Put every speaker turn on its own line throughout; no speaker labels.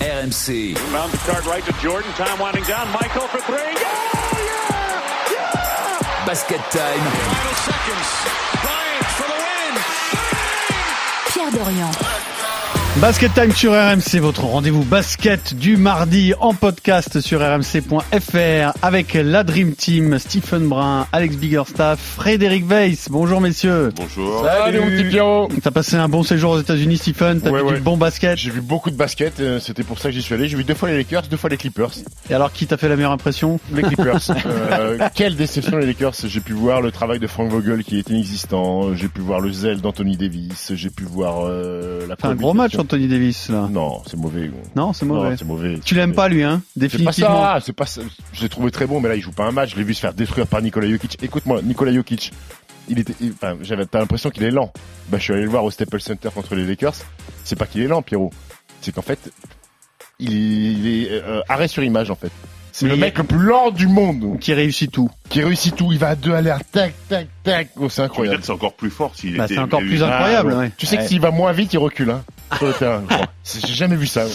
RMC.
Bounce the card right to Jordan. Time winding down. Michael for three. Oh, yeah! Yeah!
Basket Time.
Final seconds. Bryant for the
Pierre
win.
Dorian.
Basket Time sur RMC, votre rendez-vous basket du mardi en podcast sur rmc.fr avec la Dream Team, Stephen Brun, Alex Biggerstaff, Frédéric Weiss. Bonjour messieurs.
Bonjour.
Salut mon petit Pierrot
T'as passé un bon séjour aux États-Unis, Stephen. T'as
Ouais,
vu
ouais.
du bon basket.
J'ai vu beaucoup de basket, euh, c'était pour ça que j'y suis allé. J'ai vu deux fois les Lakers, deux fois les Clippers.
Et alors, qui t'a fait la meilleure impression
Les Clippers. Euh, quelle déception les Lakers. J'ai pu voir le travail de Frank Vogel qui est inexistant. J'ai pu voir le zèle d'Anthony Davis. J'ai pu voir euh, la
Enfin, un gros match,
communication.
Anthony Davis. Là.
Non, c'est mauvais. gros.
Non, c'est
Non,
mauvais.
c'est mauvais.
tu l'aimes pas lui, hein
C'est pas
Définitivement.
ça, c'est pas ça. Je l'ai trouvé très bon, mais là, il joue pas un match. Je l'ai vu se faire détruire par Nikola Jokic. Écoute-moi, Nikola Jokic, il était, il- enfin, j'avais pas l'impression qu'il est lent. Bah, je suis allé le voir au Staples Center contre les Lakers. C'est pas qu'il est lent, Pierrot. C'est qu'en fait, il est, il est, euh, arrêt sur image, en fait. C'est
Mais
le
il-
mec le plus lent du monde,
Qui réussit tout.
qui réussit tout. Il va à deux à l'air, tac, tac, tac. Oh, c'est
Je veux dire
incroyable.
que c'est encore plus fort s'il
Bah,
était.
c'est encore
mais-
plus
Ah,
incroyable.
bon.
ouais.
Tu sais que s'il va moins vite, il recule, hein, sur le terrain. je crois. C'est- J'ai jamais vu ça. ouais.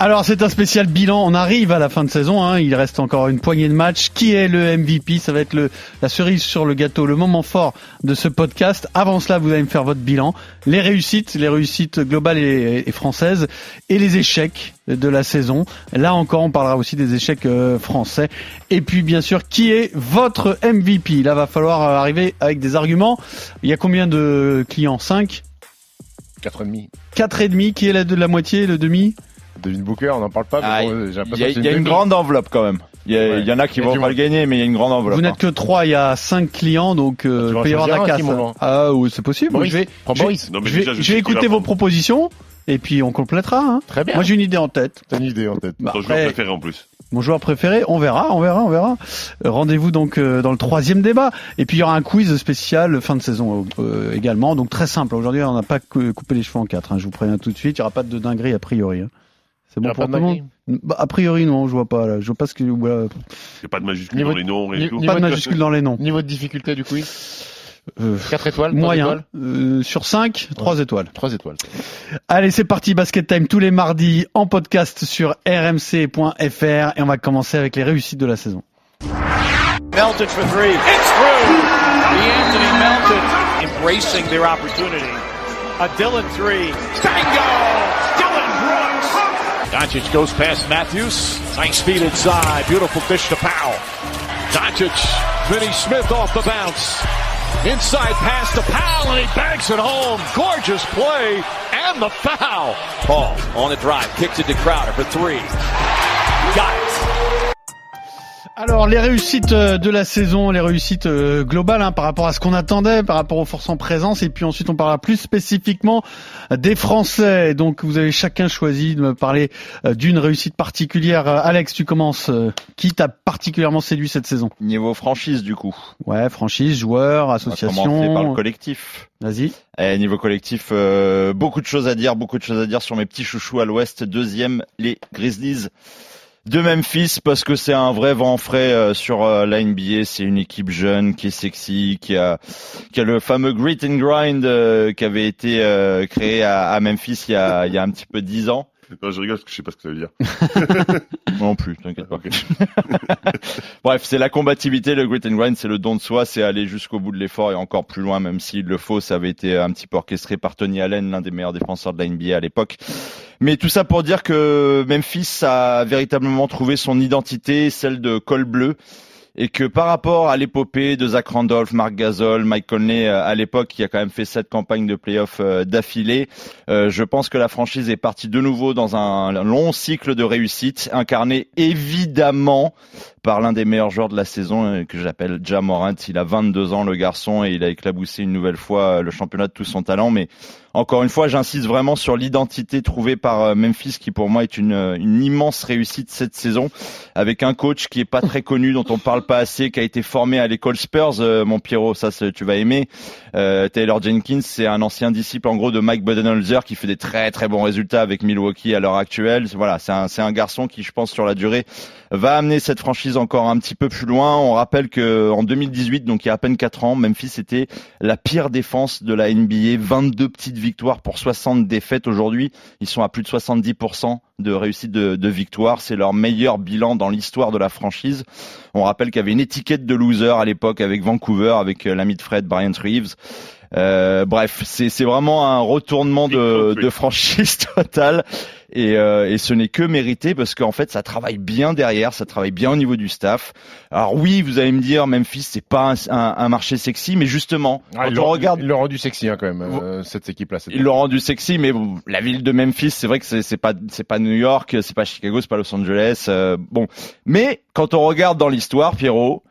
Alors c'est un spécial bilan, on arrive à la fin de saison, hein. il reste encore une poignée de matchs. Qui est le MVP Ça va être le, la cerise sur le gâteau, le moment fort de ce podcast. Avant cela, vous allez me faire votre bilan. Les réussites, les réussites globales et, et françaises, et les échecs de la saison. Là encore, on parlera aussi des échecs euh, français. Et puis bien sûr, qui est votre MVP Là, va falloir euh, arriver avec des arguments. Il y a combien de clients 5
Quatre et demi.
4 et demi, qui est la, de la moitié, le demi
Devine Booker, on n'en parle pas, mais
Ah,
bon, j'ai l'impression
Il y a,
que c'est
il y a une
demi.
grande enveloppe quand même. Il y, a-
Ouais.
il y en a qui
Il y a
vont
du
pas
monde.
le gagner, mais il y a une grande enveloppe.
Vous
hein.
n'êtes que trois, il y a cinq clients, donc euh,
Ah, Tu vas
il peut y avoir de la
choisir un,
casse.
Simon, hein. non
Ah oui, c'est possible.
Boris,
je vais,
prends
je vais-
Boris.
Non, mais
je vais-
déjà, je
je
sais
vais
qui va
écouter vos
prendre.
propositions et puis on complétera. Hein.
Très bien.
Moi j'ai une idée en tête.
T'as une idée en tête.
Bah,
Ton joueur
après,
préféré en plus.
mon joueur préféré, on verra, on verra, on verra. Euh, Rendez-vous donc euh, dans le troisième débat. Et puis il y aura un quiz spécial fin de saison euh, euh, également. Donc très simple. Aujourd'hui on n'a pas cou- coupé les cheveux en quatre. hein. Je vous préviens tout de suite. Il n'y aura pas de dinguerie a priori. hein. C'est bon
Il y aura
pour
pas
tout
de
le monde. Bah, a priori non, je vois pas. Là. Je vois pas ce que. voilà.
Il n'y a pas de majuscule
Niveau-
dans les noms et
niveau-
tout.
Pas de
de-
majuscule dans les noms.
Niveau de difficulté du quiz
Euh,
4 étoiles
moyen. Euh, sur 5, 3 étoiles.
3 étoiles.
Allez, c'est parti, Basket Time tous les mardis en podcast sur rmc.fr et on va commencer avec les réussites de la saison.
Melton for three. It's through. DeAnthony Melton embracing their opportunity. A Dylan three. Bango! Dylan Brooks! Doncic goes past Matthews. Nice feed inside. Beautiful fish to Powell. Doncic, Vinny Smith off the bounce. Inside pass to Powell, and he banks it home. Gorgeous play and the foul. Paul on the drive, kicks it to Crowder for three. Got it.
Alors, les réussites euh, de la saison, les réussites euh, globales hein, par rapport à ce qu'on attendait, par rapport aux forces en présence, et puis ensuite on parlera plus spécifiquement des Français. Donc, vous avez chacun choisi de me parler euh, d'une réussite particulière. Euh, Alex, tu commences. euh, Qui t'a particulièrement séduit cette saison
hein. Niveau franchise du coup.
Ouais, franchise, joueur,
On va commencer par le
association.
collectif.
Vas-y.
Et niveau collectif, euh, beaucoup de choses à dire, beaucoup de choses à dire sur mes petits chouchous à l'ouest. Deuxième, les Grizzlies de Memphis, parce que c'est un vrai vent frais euh, sur euh, la NBA. C'est une équipe jeune qui est sexy, qui a, qui a le fameux grit and grind euh, qui avait été euh, créé à, à Memphis il y, a, il y a un petit peu dix ans.
Non, je rigole parce que je sais pas ce que ça veut dire.
Non plus, t'inquiète pas. Bref, c'est la combativité, le grit and grind, c'est le don de soi, c'est aller jusqu'au bout de l'effort et encore plus loin, même s'il le faut. Ça avait été un petit peu orchestré par Tony Allen, l'un des meilleurs défenseurs de la NBA à l'époque. Mais tout ça pour dire que Memphis a véritablement trouvé son identité, celle de col bleu. Et que par rapport à l'épopée de Zach Randolph, Mark Gasol, Mike Conley euh, à l'époque, qui a quand même fait sept campagnes de playoffs euh, d'affilée, euh, je pense que la franchise est partie de nouveau dans un long cycle de réussite, incarné évidemment par l'un des meilleurs joueurs de la saison euh, que j'appelle Ja Morant. Il a 22 ans, le garçon, et il a éclaboussé une nouvelle fois euh, le championnat de tout son talent. Mais encore une fois, j'insiste vraiment sur l'identité trouvée par euh, Memphis, qui pour moi est une, euh, une immense réussite cette saison, avec un coach qui est pas très connu, dont on parle pas assez, qui a été formé à l'école Spurs, euh, mon Pierrot, ça c'est- tu vas aimer. Euh, Taylor Jenkins, c'est un ancien disciple en gros de Mike Budenholzer qui fait des très très bons résultats avec Milwaukee à l'heure actuelle. Voilà, c'est un, c'est un garçon qui, je pense, sur la durée, va amener cette franchise encore un petit peu plus loin. On rappelle que en 2018, donc il y a à peine 4 ans, Memphis était la pire défense de la NBA, 22 petites victoires pour 60 défaites aujourd'hui. Ils sont à plus de 70% de réussite de, de victoire. C'est leur meilleur bilan dans l'histoire de la franchise. On rappelle qu'il y avait une étiquette de loser à l'époque avec Vancouver, avec euh, l'ami de Fred, Brian Reeves. Euh, bref, c'est c'est vraiment un retournement de, de franchise totale et, euh, et ce n'est que mérité parce qu'en fait ça travaille bien derrière, ça travaille bien au niveau du staff. Alors oui, vous allez me dire Memphis c'est pas un, un- un marché sexy, mais justement
Ah, ils
quand on
l'ont-
regarde
Ils l'ont rendu sexy, hein, quand même, euh, cette équipe-là. cette
ils l'ont rendu sexy, mais bon, la ville de Memphis, c'est vrai que c'est c'est pas c'est pas New York, c'est pas Chicago, c'est pas Los Angeles. euh, bon, mais quand on regarde dans l'histoire, Pierrot,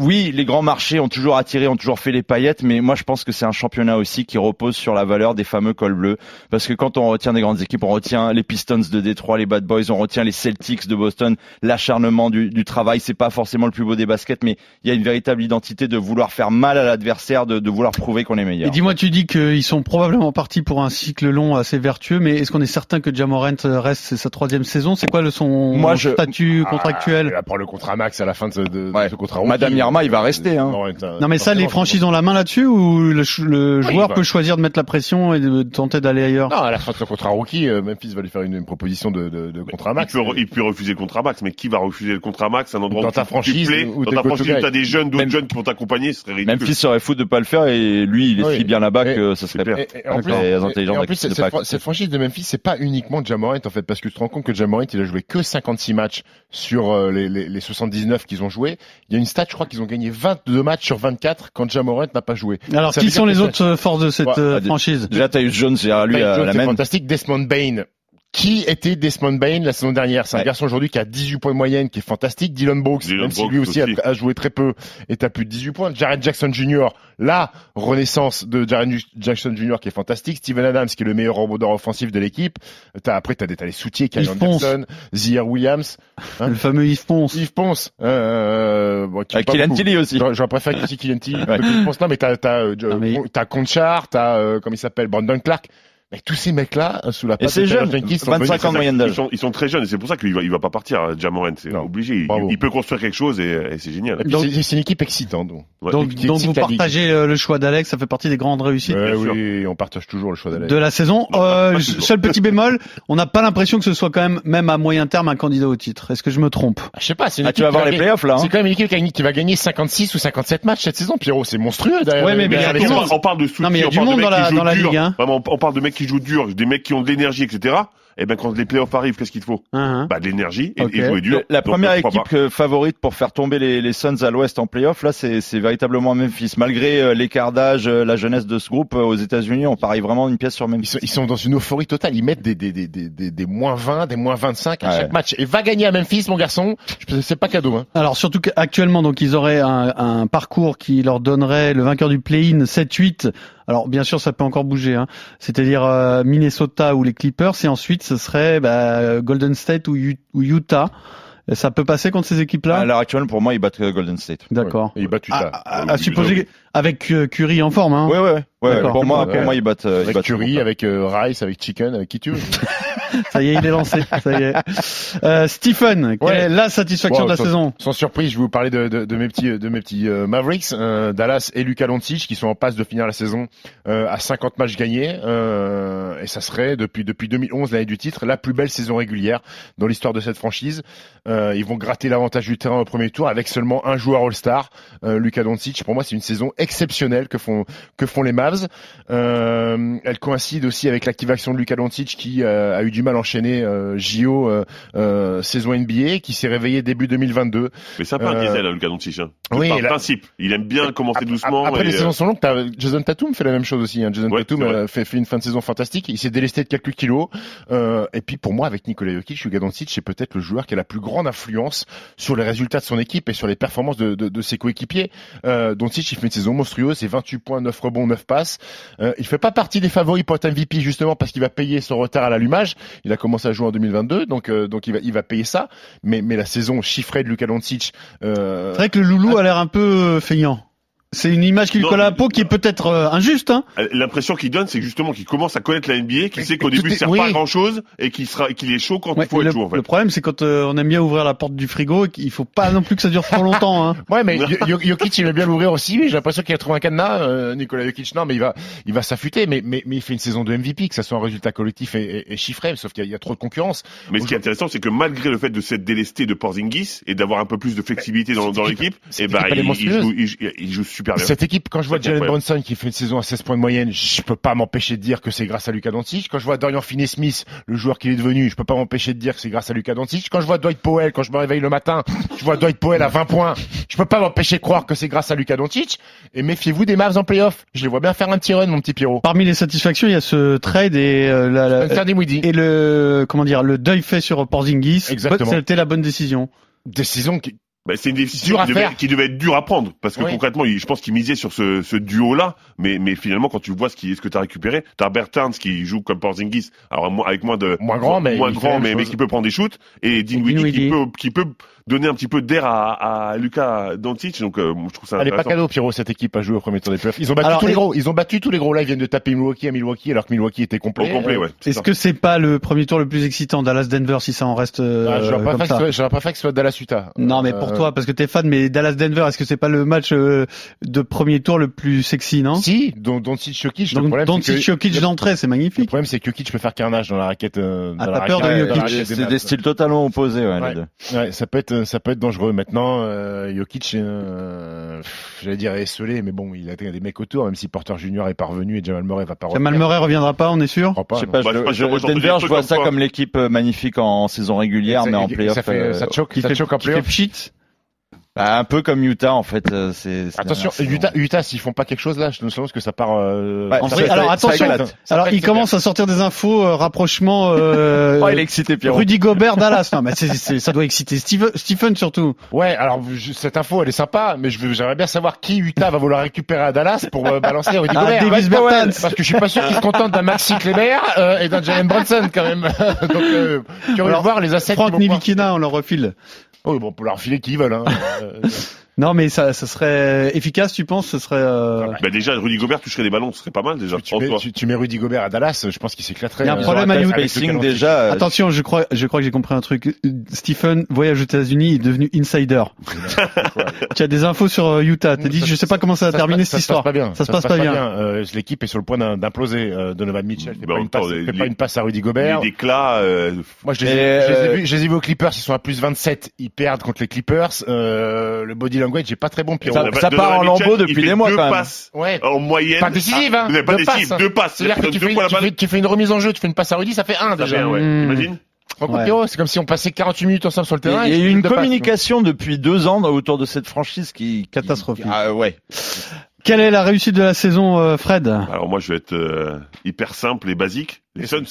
oui, les grands marchés ont toujours attiré, ont toujours fait les paillettes, mais moi je pense que c'est un championnat aussi qui repose sur la valeur des fameux cols bleus, parce que quand on retient des grandes équipes, on retient les Pistons de Détroit, les Bad Boys, on retient les Celtics de Boston, l'acharnement du, du travail, c'est pas forcément le plus beau des baskets, mais il y a une véritable identité de vouloir faire mal à l'adversaire, de, de vouloir prouver qu'on est meilleur.
Et dis-moi, tu dis qu'ils sont probablement partis pour un cycle long assez vertueux, mais est-ce qu'on est certain que Jamorant euh, reste c'est sa troisième saison C'est quoi le son
Moi, je-
statut
Ah,
contractuel
elle apprend le contrat max à la fin de ce, de- de
Ouais.
ce contrat. rookie. Euh,
Madame Yarma, il va rester, hein.
ouais, ça-
Non mais ça, les
forcément,
franchises ont la main là-dessus ou le, ch- le
Oui,
joueur
bah.
peut choisir de mettre la pression et de tenter d'aller ailleurs
Non, à la fin de son contrat rookie, euh, Memphis va lui faire une, une proposition de, de, de contrat max.
Il peut, re- il peut refuser le contrat max, mais qui va refuser le contrat max à un endroit
euh. Dans
où
ta
tu-
franchise,
tu plais,
où
dans
t'es
ta
go to
franchise,
guy.
t'as des jeunes, d'autres
Même-
jeunes qui vont t'accompagner, ce serait ridicule.
Memphis serait fou de pas le faire et lui, il
Oui.
essuie bien là-bas
Et-
que ce serait
clair.
pire.
Et- et en
D'accord.
plus,
Les intelligents
et- et en plus,
d'accepter
cette,
pas.
fran- cette franchise de Memphis, c'est pas uniquement Jamorant en fait, parce que tu te rends compte que Jamorant il a joué que 56 matchs sur euh, les, les, les 79 qu'ils ont joué. Il y a une stat, je crois qu'ils ont gagné 22 matchs sur 24 quand Jamorant n'a pas joué.
Alors,
Ça
qui
veut dire
sont
que
les
ça-
autres euh, forces de cette
Ouais, bah,
euh,
des-
franchise
Déjà, Tyus Jones, c'est à lui
Tyus
à
Jones,
la
c'est
main.
fantastique. Desmond Bain. Qui était Desmond Bain la saison dernière C'est un
Ouais.
garçon aujourd'hui qui a 18 points de moyenne, qui est fantastique. Dylan Brooks,
Dylan
même si
Brooks
lui aussi, a-
aussi.
A, joué très peu, est à plus de 18 points. Jared Jackson Jr., la renaissance de Jared Ju- Jackson Jr. qui est fantastique. Steven Adams qui est le meilleur rebondeur offensif de l'équipe. T'as, après, t'as des t'as les soutiers, Kyle
Yves Ponce.
Anderson, Zier Williams, hein
Le fameux Yves Ponce.
Yves Ponce. hein, Euh, bon, qui joue
Avec
pas
Kylian
beaucoup.
Tilly aussi.
J'aurais j'aurais préféré que Kylian Tilly.
Ouais.
Je pense non, mais t'as t'as euh,
Non, mais-
t'as Conchar, t'as euh, comment il s'appelle, Brandon Clark. Mais tous ces mecs-là euh, sous la patte
c'est
de Taylor
jeune,
Jenkins sont
25
devenus-
ans de moyenne
Ils
d'âge.
sont, ils sont très jeunes et c'est pour ça qu'il va, il va pas partir, euh, Jamorant. C'est
Non.
obligé. Il,
Bravo.
il peut construire quelque chose et, et c'est génial.
Et puis,
Donc-
c'est- C'est une équipe excitante. Donc.
Ouais.
Donc,
et qui
donc vous
excite la ligue.
partagez euh, le choix d'Alex, ça fait partie des grandes réussites
Ouais,
sûr.
oui, on partage toujours le choix d'aller.
de la saison.
Non,
Euh,
pas
je-
toujours.
seul petit bémol, on n'a pas l'impression que ce soit quand même, même à moyen terme, un candidat au titre. Est-ce que je me trompe
Je sais pas, c'est une
Ah,
équipe
tu vas
qui va
voir les
gagner-
playoffs là. hein.
C'est quand même une équipe qui, gagne- qui va gagner 56 ou 57 matchs cette saison, Pierrot. C'est monstrueux derrière.
Ouais, mais- mais il y a
derrière les
tout le
Suns.
monde.
on parle de soutien,
Non, mais il y a
on
du
parle
monde
de mecs
dans la-
qui jouent
dans la
dur.
ligue, hein.
Vraiment, on on parle de mecs qui jouent dur, des mecs qui ont de l'énergie, etc. Et ben quand les playoffs arrivent, qu'est-ce qu'il te faut
Hein, hein.
Bah de l'énergie et,
Ok.
et jouer dur.
Le- La
Donc,
première
pourquoi
équipe euh, favorite pour faire tomber les, les Suns à l'Ouest en playoff, là, c'est c'est véritablement Memphis. Malgré euh, l'écart d'âge, euh, la jeunesse de ce groupe euh, aux États-Unis, on parie vraiment une pièce sur
Ils
Memphis.
sont, ils sont dans une euphorie totale. Ils mettent des, des, des, des, des, des moins 20, des moins 25 à
Ouais.
chaque match. Et va gagner à Memphis, mon garçon. Je- C'est pas cadeau, hein.
Alors surtout qu'actuellement, donc ils auraient un, un parcours qui leur donnerait le vainqueur du play-in 7-8. Alors bien sûr, ça peut encore bouger. Hein. C'est-à-dire euh, Minnesota ou les Clippers, et ensuite ce serait bah, Golden State ou, U- ou Utah. Et ça peut passer contre ces équipes-là.
À l'heure actuelle, pour moi, ils battent euh, Golden State.
D'accord.
Ouais. Et ils
Ah,
battent
À,
Utah.
à-
oui,
à
oui,
supposer
oui.
que- avec euh, Curry en forme. Hein.
Ouais, ouais, ouais. ouais.
D'accord.
Pour moi,
Ouais.
pour moi, ils battent. euh, ils
Avec
battent
Curry,
Utah.
avec euh, Rice, avec Chicken, avec qui tu veux.
Ça y est, il est lancé. Ça y est. Euh, Stephen, quelle
Ouais.
est la satisfaction
Bon,
de la
sans-
saison
Sans surprise, je vais vous parler de, de, de mes petits, de mes petits euh, Mavericks, euh, Dallas et Luka Doncic, qui sont en passe de finir la saison euh, à 50 matchs gagnés, euh, et ça serait depuis depuis 2011 l'année du titre la plus belle saison régulière dans l'histoire de cette franchise. Euh, ils vont gratter l'avantage du terrain au premier tour avec seulement un joueur All-Star, euh, Luka Doncic. Pour moi, c'est une saison exceptionnelle que font que font les Mavs. Euh, elle coïncide aussi avec l'activation de Luka Doncic qui euh, a eu du mal à enchaîner euh, JO euh, euh, saison NBA, qui s'est réveillé début 2022
Mais c'est un peu un
Euh,
diesel, le Doncic. Hein.
oui,
Par
et la-
principe, il aime bien commencer
Ap-
doucement.
ap- Après,
et,
les
euh,
saisons sont longues. T'as- Jason Tatum fait la même chose aussi. Hein. Jason
Ouais,
Tatum
c'est vrai.
euh, fait, fait une fin de saison fantastique. Il s'est délesté de quelques kilos. Euh, et puis, pour moi, avec Nikola Jokic, Luka Doncic, c'est peut-être le joueur qui a la plus grande influence sur les résultats de son équipe et sur les performances de, de, de ses coéquipiers. Euh, Doncic, il fait une saison monstrueuse. C'est 28 points, 9 rebonds, 9 passes. Euh, il fait pas partie des favoris pour être MVP justement parce qu'il va payer son retard à l'allumage. Il a commencé à jouer en 2022, donc euh, donc il va il va payer ça. Mais mais la saison chiffrée de Luka Doncic. Euh,
C'est vrai que le loulou a l'air un peu euh, feignant. C'est une image qu'il
Non,
colle à la
mais-
peau qui est peut-être euh, injuste. Hein.
Euh, L'impression qu'il donne, c'est que justement qu'il commence à connaître la NBA, qu'il sait qu'au
Tout
début, il
est-
sert
oui.
pas à grand chose et qu'il sera, qu'il est chaud quand
Ouais,
il faut
le,
être chaud, en fait.
le problème, c'est quand euh, on aime bien ouvrir la porte du frigo, et qu'il faut pas non plus que ça dure trop longtemps. Hein.
Ouais, mais Yo- Yo- Jokic, il va bien l'ouvrir aussi, mais j'ai l'impression qu'il a trouvé un cadenas, euh, Nicolas Jokic. Non, mais il va, il va s'affûter, mais, mais, mais il fait une saison de MVP, que ça soit un résultat collectif et, et- et chiffré, sauf qu'il y, a- il y a trop de concurrence.
Mais ce qui est intéressant, c'est que malgré le fait de s'être délesté de Porzingis et d'avoir un peu plus de flexibilité
Bah,
dans, dans
cette
l'équipe, eh
cette
ben,
équipe, elle
il,
est
il
monstrueuse.
joue, il joue- il joue super Ah, bien.
Cette équipe, quand je vois
C'est
Jalen
incroyable.
Brunson qui fait une saison à 16 points de moyenne, je peux pas m'empêcher de dire que c'est grâce à Lucas Doncic. Quand je vois Dorian Finney-Smith, le joueur qu'il est devenu, je peux pas m'empêcher de dire que c'est grâce à Lucas Doncic. Quand je vois Dwight Powell, quand je me réveille le matin, je vois Dwight Powell à 20 points, je peux pas m'empêcher de croire que c'est grâce à Lucas Doncic. Et méfiez-vous des Mavs en playoff. Je les vois bien faire un petit run, mon petit Pierrot.
Parmi les satisfactions, il y a ce trade et euh, la- la-
Faire des Moody.
et le comment dire le deuil fait sur Porzingis.
Exactement.
C'était la bonne décision.
Décision qui,
Bah, c'est une décision
Dur à
qui devait,
faire.
qui devait être dure à prendre parce que
Oui.
concrètement, il- je pense qu'il misait sur ce, ce duo-là, mais, mais finalement, quand tu vois ce, qui, ce que t'as récupéré, t'as Bertans qui joue comme Porzingis, alors mo- avec moins de
Moins grand, mais
moins
il fait
grand,
la
mais,
chose.
mais qui peut prendre des shoots et Dinwiddie
Dinwiddie.
qui peut, qui peut donner un petit peu d'air à, à Lucas Doncic. Donc, euh, je trouve ça
Elle est pas
intéressant.
cadeau, Pierrot, cette équipe a joué au premier tour des playoffs. Ils ont battu
Alors,
tous les
et-
gros. Ils ont battu tous les gros. Là, ils viennent de taper Milwaukee à Milwaukee, alors que Milwaukee était
Au
complet.
complet,
Euh,
ouais.
Est-ce que c'est pas le premier tour le plus excitant Dallas Denver si ça en reste euh,
ah, J'aurais
comme
préféré que
ça
ce soit- j'aurais préféré que ce soit Dallas Utah.
Non mais pour
Euh,
toi parce que t'es fan mais Dallas Denver est-ce que c'est pas le match euh, de premier tour le plus sexy non
Si, dont Doncic Jokic, le
hein Donc
problème c'est
Doncic
que-
Jokic
le-
d'entrée c'est
le
magnifique.
problème c'est que Jokic peut faire carnage dans la raquette euh,
Ah,
dans la
t'as peur
raquette-
de
dans la
Jokic.
raquette des
C'est
Mavs.
des styles totalement opposés, ouais,
Ouais.
les deux.
Ouais, ça peut être ça peut être dangereux maintenant euh, Jokic euh, pff, j'allais dire est esselé mais bon, il a des mecs autour même si Porter Junior est parvenu et Jamal Murray va pas
Jamal
revenir.
Murray reviendra pas on est sûr.
Je crois pas,
Je sais
non.
pas,
Bah,
je-
c'est pas
je-
sûr, moi, j'entends
Denver,
des
je
trucs
vois
comme
ça
quoi.
comme l'équipe euh, magnifique en saison régulière,
Et
mais
ça-
en
et- et
playoff.
ça, fait-
euh,
ça choque,
Qui
ça
fait,
choque en
qui fait
playoff.
pchit.
bah, un peu comme Utah, en fait. euh, c'est- c'est
Attention,
la saison.
Utah, Utah, s'ils font pas quelque chose là, je ne sais pas ce que ça part. Euh,
Ouais,
ça
en
part-
Bah, vrai, alors,
ça- ça
attention.
éclate. Ça
Alors
éclate,
il
c'est
commence à sortir des infos euh, rapprochement euh,
Oh, il est excité, Pierrot.
Rudy Gobert Dallas non mais c'est- c'est- ça doit exciter Steve, Stephen surtout.
bien. Ouais, alors je- cette info, elle est sympa, mais je veux- j'aimerais bien savoir qui Utah va vouloir récupérer à Dallas pour euh, balancer Rudy
Ah,
Gobert.
Davis
Ouais,
Bertans.
Parce que je suis pas sûr qu'ils se contentent d'un Maxi Kleber euh, et d'un Jalen Brunson quand même. Donc, euh, curieux
Alors,
de voir les assets.
Franck
qu'ils vont
Nivikina on leur refile.
pouvoir- Oui, bon, pour leur filer qui veulent. Hein. Euh,
Non mais ça ça serait efficace tu penses ce serait euh,
Bah, déjà, Rudy Gobert toucherait des ballons, ce serait pas mal déjà.
tu,
en
mets,
soi.
tu- tu mets Rudy Gobert à Dallas, je pense qu'il s'éclaterait.
Il y a un
euh,
problème
avec
à
le
Utah.
spacing
calendrier.
déjà. euh,
Attention, je crois, je crois que j'ai compris un truc. Stephen voyage aux États-Unis, il est devenu insider. tu as des infos sur euh, Utah. T'as
Ça
dit,
se-
je sais pas comment ça va
Ça se
terminer
passe-
cette histoire.
Ça se passe pas bien.
Ça se passe pas bien.
Euh, L'équipe est sur le point d'un- d'imploser. Euh, Donovan Mitchell fait,
Bah,
pas,
en
une
même temps,
passe,
les-
fait pas
les-
une passe à Rudy
Les
Gobert.
déclats, euh,
Moi, je les, ai,
Mais,
je les ai
euh,
vus- je les ai vus aux Clippers, ils sont à plus 27, ils perdent contre les Clippers. Euh, le body language est pas très bon, Pierrot.
Ça-
bah,
Donovan-
ça part
Donovan
en
Mitchell,
lambeaux
il
depuis
fait
des mois,
deux
quand même.
passes
Ouais.
en moyenne.
Pas décisive, hein.
Vous avez pas
Deux
décisive,
passes, hein.
deux passes.
C'est-à-dire que tu
euh, Deux
fais,
fois la
tu,
balle.
fais, tu fais une remise en jeu, tu fais une passe à Rudy, ça fait un
Ça fait
déjà. Hmm.
un, ouais.
Mmh.
T'imagines
Franck
Ouais.
Pierrot, c'est comme si on passait 48 minutes ensemble sur le
Il y
terrain.
a
et
il y
tu
a eu
fais
une
deux passes.
communication depuis deux ans autour de cette franchise qui... qui-
Catastrophique.
Ah ouais.
Quelle est la réussite de la saison, euh, Fred
Alors moi, je vais être euh, hyper simple et basique. Les Suns.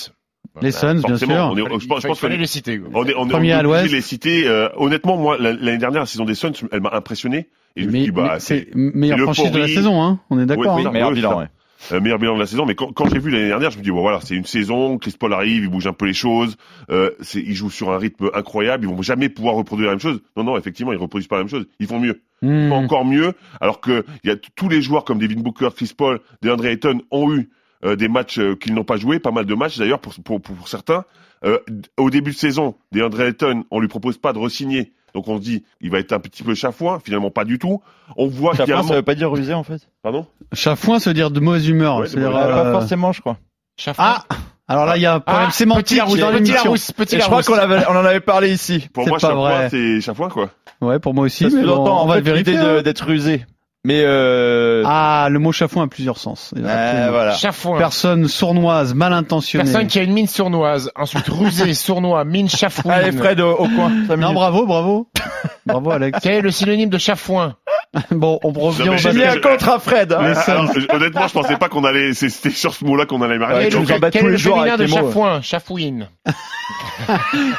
Les
bah,
Suns, bien
forcément,
sûr.
on est- je pense- Oh. je
Il
pense qu'on
fallait
est-
les citer. quoi.
on est, on est
Premier à
obligé de
l'Ouest.
les citer. Euh, honnêtement, moi, la- l'année dernière, la saison des Suns, elle m'a impressionné. Et je me
Mais-
suis dit, bah,
mais
c'est
c'est meilleure
le
franchise de la
pourri.
saison, hein. On est d'accord.
Oui,
hein.
Non,
Meilleur
eux,
bilan,
ça-
ouais.
le meilleur bilan de la saison. Mais quand, quand j'ai vu l'année dernière, je me dis, bon voilà, c'est une saison, Chris Paul arrive, il bouge un peu les choses, euh, c'est- ils jouent sur un rythme incroyable, ils vont jamais pouvoir reproduire la même chose. Non, non, effectivement, ils reproduisent pas la même chose, ils font mieux.
Hmm.
pas encore mieux, alors que il y a t- tous les joueurs comme Devin Booker, Chris Paul, DeAndre Ayton ont eu euh, des matchs euh, qu'ils n'ont pas joué, pas mal de matchs d'ailleurs pour, pour, pour, pour certains. Euh, d- au début de saison, DeAndre Ayton, on lui propose pas de re-signer, donc on se dit il va être un petit peu chafouin, finalement pas du tout. On voit qu'il y a un
Chafouin, ça
moment-
veut pas dire rusé, en fait.
pardon.
Chafouin se dire de mauvaise humeur.
Ouais, de
c'est-à-dire,
mauvaise-
euh,
Pas forcément, je crois.
Ah, alors là, il y a un problème
Ah, petit
sémantique
Larousse,
dans
petit
l'émission.
Larousse, petit
Et je crois
Larousse.
qu'on l'avait- on en avait parlé ici.
Pour
C'est
moi,
pas
chafouin,
vrai.
c'est chafouin quoi.
Ouais, pour moi aussi.
Ça se
mais bon,
sous-entend, en
on va
fait,
le vérifier.
l'idée de-
hein.
d'être rusé. Mais euh...
Ah, le mot chafouin a plusieurs sens.
euh, voilà.
Chafouin.
Personne sournoise, mal intentionnée.
Personne qui a une mine sournoise, ensuite rusé, sournois, mine chafouine.
Allez, Fred, au, au coin. cinq
Non,
minutes.
bravo, bravo. bravo, Alex.
Quel est le synonyme de chafouin
Bon, on revient
Non, mais
au
j'ai
J'ai mis
basket.
un contre à Fred. hein.
Les
Ah,
Suns.
alors, je- honnêtement, je pensais pas qu'on allait. c'est- C'était sur ce mot-là qu'on allait
Ouais,
m'arrêter.
Quel est
tu
le-
nous embêtes
Quel
tous
est
les
le
jours
féminin de
avec tes mots, ouais.
chafouin Chafouine.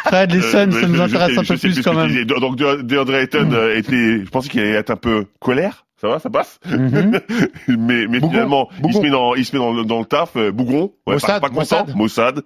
Fred, les
Euh,
Suns,
mais
ça
je-
nous
je
intéresse
sais-
un
je
peu
sais
plus
ce que
quand
tu
même. Mm.
disais. Donc De- DeAndre Ayton euh, était, je pensais qu'il allait être un peu colère. Ça va, ça passe.
Mhm.
mais mais
Bougon,
finalement, il se
Bougon.
met dans, il se met dans, le- dans le taf. euh, Bougon, ouais,
Mossad,
pas, pas content. Mossad.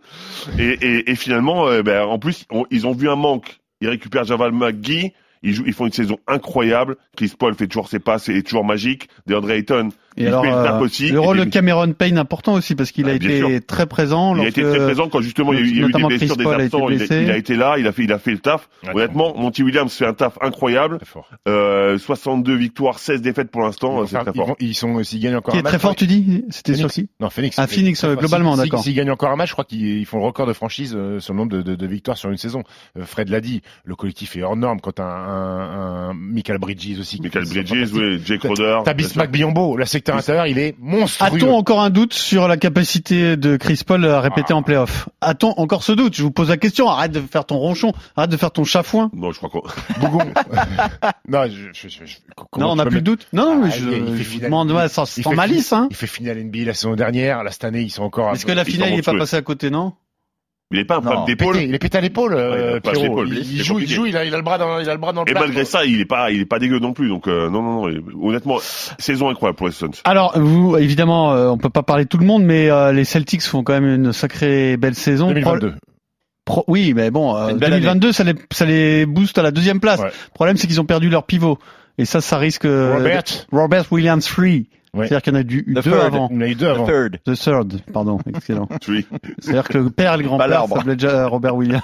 Et, et, et finalement, euh, ben, en plus, on- ils ont vu un manque. Ils récupèrent Javal McGee. Ils, jouent, ils font une saison incroyable. Chris Paul fait toujours ses passes et est toujours magique. DeAndre Ayton,
Et
il
alors,
fait le taf
euh,
aussi.
le
Et
rôle de
puis-
Cameron Payne important aussi parce qu'il a
Ah, bien
été
sûr.
très présent.
Il a
lorsque-
été très présent quand justement il y a eu, il y a eu des
notamment Chris
blessures, des
Paul a été
absents. Il a,
blessé.
il a été là, il a fait, il a fait le taf.
Attends.
Honnêtement, Monty Williams fait un taf incroyable.
Très fort.
Euh, 62 victoires, 16 défaites pour
Ils
l'instant.
vont
euh, C'est
faire-
très
ils
fort.
vont- Ils sont, s'ils gagnent encore
Qui
un
est
match.
très fort, tu dis C'était sur qui
Non, Phoenix.
Ah, Phoenix, euh,
Enfin,
globalement,
si- si-
d'accord.
S'ils gagnent encore un match, je crois qu'ils ils font le record de franchise euh, sur le nombre de, de- de victoires sur une saison. Euh, Fred l'a dit, le collectif est hors norme. Quand un, un, un Michael Bridges aussi. qui
Michael
fait une saison
Bridges,
fantastique.
oui, Jake Roder.
T'as Bismack Biombo, le secteur intérieur, il est monstrueux.
A-t-on encore un doute sur la capacité de Chris Paul à répéter
Ah.
en playoff A-t-on encore ce doute Je vous pose la question. Arrête de faire ton ronchon. Arrête de faire ton chafouin.
Non, je crois qu'on.
Bougon. non, je, je- je- je- comment
non, on
tu
n'a
peux
plus de
mettre-
doute. Non, non, mais
Ah,
je,
il fait
je vous
finale.
demande ouais, sans,
Il
sans
fait
malice. Hein.
Il fait finale Ah, NBA la saison dernière. Là, cette année, ils sont encore. un
Est-ce
peu-
que la
il
finale, il
s'en
n'est pas
fout.
passé à côté, non
Il n'est pas un
Non.
problème d'épaule.
Pété, il est pété à l'épaule, euh,
Ouais, Ah, il a pas
Pierrot.
l'épaule,
il,
c'est
il joue, il
compliqué.
joue, il a, il a le bras dans, il a le bras dans le
Et
plat,
malgré
quoi.
ça, il est pas, il est pas dégueu non plus. Donc euh, non, non, non. Honnêtement, saison incroyable pour les Suns.
Alors, vous, évidemment, euh, on peut pas parler de tout le monde, mais euh, les Celtics font quand même une sacrée belle saison.
2022.
euh, Pro- oui, mais bon, euh,
Une belle
2022, ça les, ça les booste à la deuxième place.
Ouais.
Le problème, c'est qu'ils ont perdu leur pivot. Et ça, ça risque... euh,
Robert,
Robert Williams free.
Ouais.
C'est-à-dire qu'il y en a du
The
deux
third.
avant.
on a eu deux avant.
Third.
The third, pardon, excellent.
Oui.
C'est-à-dire que le père et le grand-père
l'arbre.
s'appelaient déjà Robert Williams.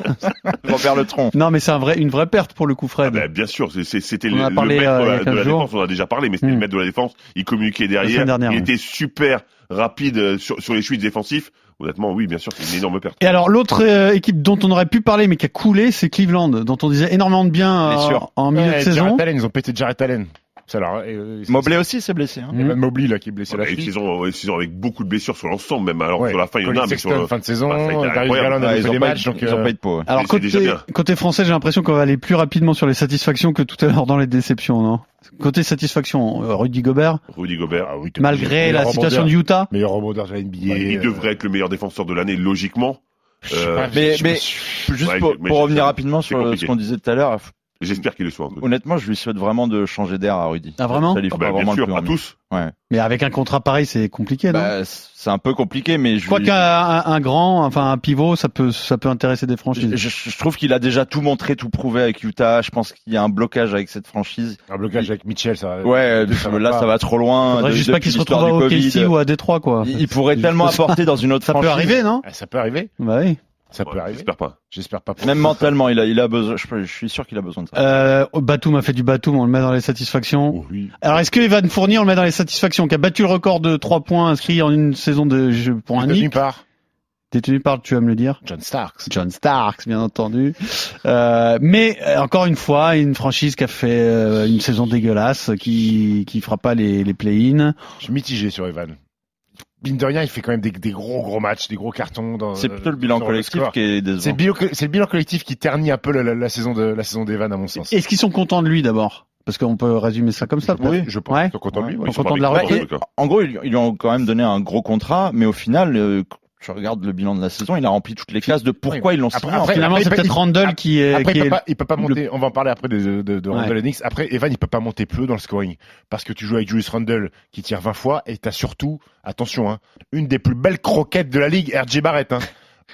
Robert Le Tronc.
Non, mais c'est un vrai, une vraie perte pour le coup, Fred.
Ah ben, bien sûr, c'est- c'est- c'était
On
le,
en a
le
parlé,
maître
euh,
de
il y a
la, de
quinze
la
jours.
défense, on en a déjà parlé, mais c'était
Hmm.
le maître de la défense, il communiquait derrière,
semaine dernière,
il
ouais.
était super rapide euh, sur, sur les chutes défensives. Honnêtement, oui, bien sûr, c'est une énorme perte.
Et alors l'autre euh, équipe dont on aurait pu parler mais qui a coulé, c'est Cleveland, dont on disait énormément de bien euh,
Bien sûr.
en milieu de
Ouais,
saison.
Jarrett Allen, ils ont pété Jarrett Allen. Ça, alors, euh, c'est-
Mobley aussi s'est blessé. Hein.
c'est- Evan Mobley, là, qui est blessé
C'est
la
une
cheville.
saison, ouais, une saison avec beaucoup de blessures sur l'ensemble, même. Alors,
Ouais.
sur la fin, il y en
Colin
a, mais
Sexton,
sur le-
fin de saison,
Bah, ça a été
Darius
incroyable.
Garland
Ah,
a
ils
loupé
ont
des
pas
matchs,
eu-
donc,
ils
euh,
ont pas eu de peau. ouais.
Alors
Mais c'est déjà
côté,
bien.
côté français, j'ai l'impression qu'on va aller plus rapidement sur les satisfactions que tout à l'heure dans les déceptions, non Côté satisfaction, euh, Rudy Gobert,
Rudy Gobert.
ah oui, t'es-
malgré
meilleur
la situation de
rebondeur-
Utah,
Meilleur rebondeur de la NBA.
Bah, il
euh,
devrait être le meilleur défenseur de l'année, logiquement.
je sais
Euh,
pas,
mais-
je sais
mais-
pas si-
Juste
Ouais,
pour,
mais
pour
je-
revenir rapidement
c'est
sur euh, ce
compliqué.
qu'on disait tout à l'heure,
J'espère qu'il le soit. en tout cas.
honnêtement, je lui souhaite vraiment de changer d'air à Rudy.
Ah, vraiment
Ça lui
Ah
fera
bah,
vraiment
bien
le
sûr,
plus
à
hein,
grand bien.
tous.
mais avec un contrat pareil, c'est compliqué, non
Bah, c'est un peu compliqué, mais je
Je crois
lui-
qu'un un- un grand, enfin un pivot, ça peut, ça peut intéresser des franchises.
Je, je- je trouve qu'il a déjà tout montré, tout prouvé avec Utah. Je pense qu'il y a un blocage avec cette franchise.
Un blocage avec Mitchell, ça. va-
Ouais,
Euh, ça va
là
pas.
ça va trop loin.
Faudrait
de-
juste pas
depuis
qu'il se
l'histoire
retrouve à
du
OKC
Covid.
ou à Détroit, quoi.
Il, il pourrait
Juste
tellement
ça.
apporter dans une autre
Ça peut
franchise.
arriver, non
Ah, Ça peut arriver.
Bah oui.
Ça
Ouais,
peut arriver.
J'espère pas.
J'espère pas. pour-
Même mentalement, il a, il a besoin. Je, je suis sûr qu'il a besoin de ça.
Euh, Batum a fait du Batum, on le met dans les satisfactions.
Oh, oui.
Alors est-ce que Evan Fournier, on le met dans les satisfactions, qui a battu le record de 3 points inscrits en une saison de jeu pour un
Détenu
nick,
par
détenu par, tu vas me le dire,
John Starks.
John Starks, bien entendu. Euh, mais euh, encore une fois, une franchise qui a fait euh, une saison dégueulasse, qui qui fera pas les, les play-in.
Je suis mitigé sur Evan. Mine de rien, il fait quand même des, des gros gros matchs, des gros cartons. dans-
Euh,
C'est plutôt le bilan
sur
collectif
score.
qui est
C'est le,
décevant.
bilan, c'est le bilan collectif qui ternit un peu la, la- la saison de la saison d'Evan à mon sens.
Est-ce qu'ils sont contents de lui d'abord Parce qu'on peut résumer ça comme ça. peut-être.
je pense.
Ouais.
Ils sont contents de lui,
Ouais.
On
oui.
Ils sont
s'entend
pas
de la
mécontents,
retraite.
en tout cas.
Ah,
En gros, ils, ils lui ont quand même donné un gros contrat, mais au final, euh, je regarde le bilan de la saison, il a rempli toutes les cases de pourquoi ils l'ont signé.
Après- après-
Finalement, c'est
il peut-
peut-être
il-
Randall qui est.
Après,
qui
il peut,
est-
pas, il peut pas
le-
monter. On va en parler après de, de, de
Ouais.
Randall Enix. Après, Evan, il peut pas monter plus haut dans le scoring parce que tu joues avec Julius Randall qui tire 20 fois et t'as surtout, attention, hein, une des plus belles croquettes de la ligue, RJ Barrett. Hein.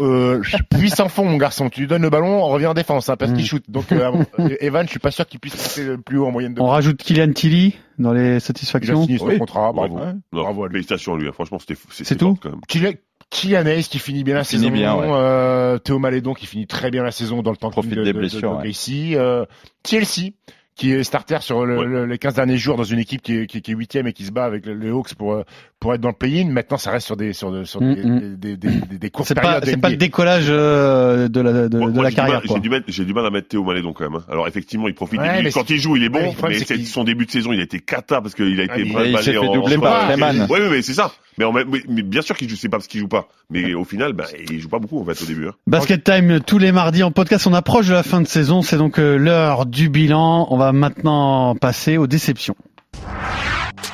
Euh, puissant fond, mon garçon. Tu lui donnes le ballon, on revient en défense hein, parce
Mm.
qu'il shoot. Donc, euh, euh, Evan, je suis pas sûr qu'il puisse monter le plus haut en moyenne de.
On rajoute Kylian Tilly dans les
Il a
satisfactions.
signé son
Oui.
contrat, bravo.
Ouais. Non,
bah, Bravo à lui.
Félicitations à lui. hein. Franchement, c'était fou- c'est
C'est
c'est
tout
fort, quand même.
Kylian- Kylian Hayes qui finit bien la
finit
saison.
bien, ouais.
euh, Théo Malédon qui finit très bien la saison dans le temps
Profite
de,
des
de- de-
blessures,
de
ouais.
Casey. Euh, TLC qui est starter sur le-
Ouais.
le- les 15 derniers jours dans une équipe qui est, qui, est- qui est huitième et qui se bat avec le- les Hawks pour euh, pour être dans le play-in. Maintenant, ça reste sur des sur, de- sur des-
Mm-mm.
des, des, des, des courtes
Mm, C'est pas
périodes.
c'est
NBA.
pas le décollage euh, de la de,
Moi-
de
moi,
la
j'ai du mal-
carrière quoi.
J'ai du, mal- j'ai du mal à mettre Théo Malédon quand même. hein. Alors effectivement, il profite.
Ouais,
il-
mais
quand
c'est-
il joue, il est bon.
Ouais, mais le problème,
mais
c'est
c'est-
qu'il-
son début de saison, il a été cata parce qu'il a été
Ouais, mais
il s'est
balé
fait
en-
doubler
en-
par
en-
Lehman.
Oui, oui, mais c'est ça. Mais, en même- mais- mais bien sûr qu'il joue. C'est pas parce qu'il joue pas. Mais au final, bah, il joue pas beaucoup en fait au début. hein.
Basket Time tous les mardis en podcast. On approche de la fin de saison. C'est donc euh, l'heure du bilan. On va maintenant passer aux déceptions.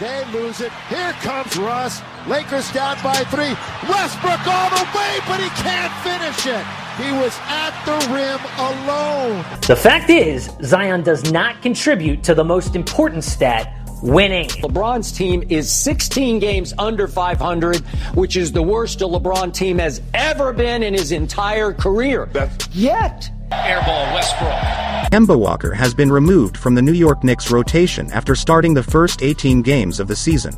They lose it. Here comes Russ. Lakers down by three. Westbrook all the way, but he can't finish it. He was at the rim alone.
The fact is, Zion does not contribute to the most important stat, winning.
LeBron's team is 16 games under 500, which is the worst a LeBron team has ever been in his entire career. Yet,
Airball Westbrook. Kemba Walker has been removed from the New York Knicks rotation after starting the first 18 games of the season.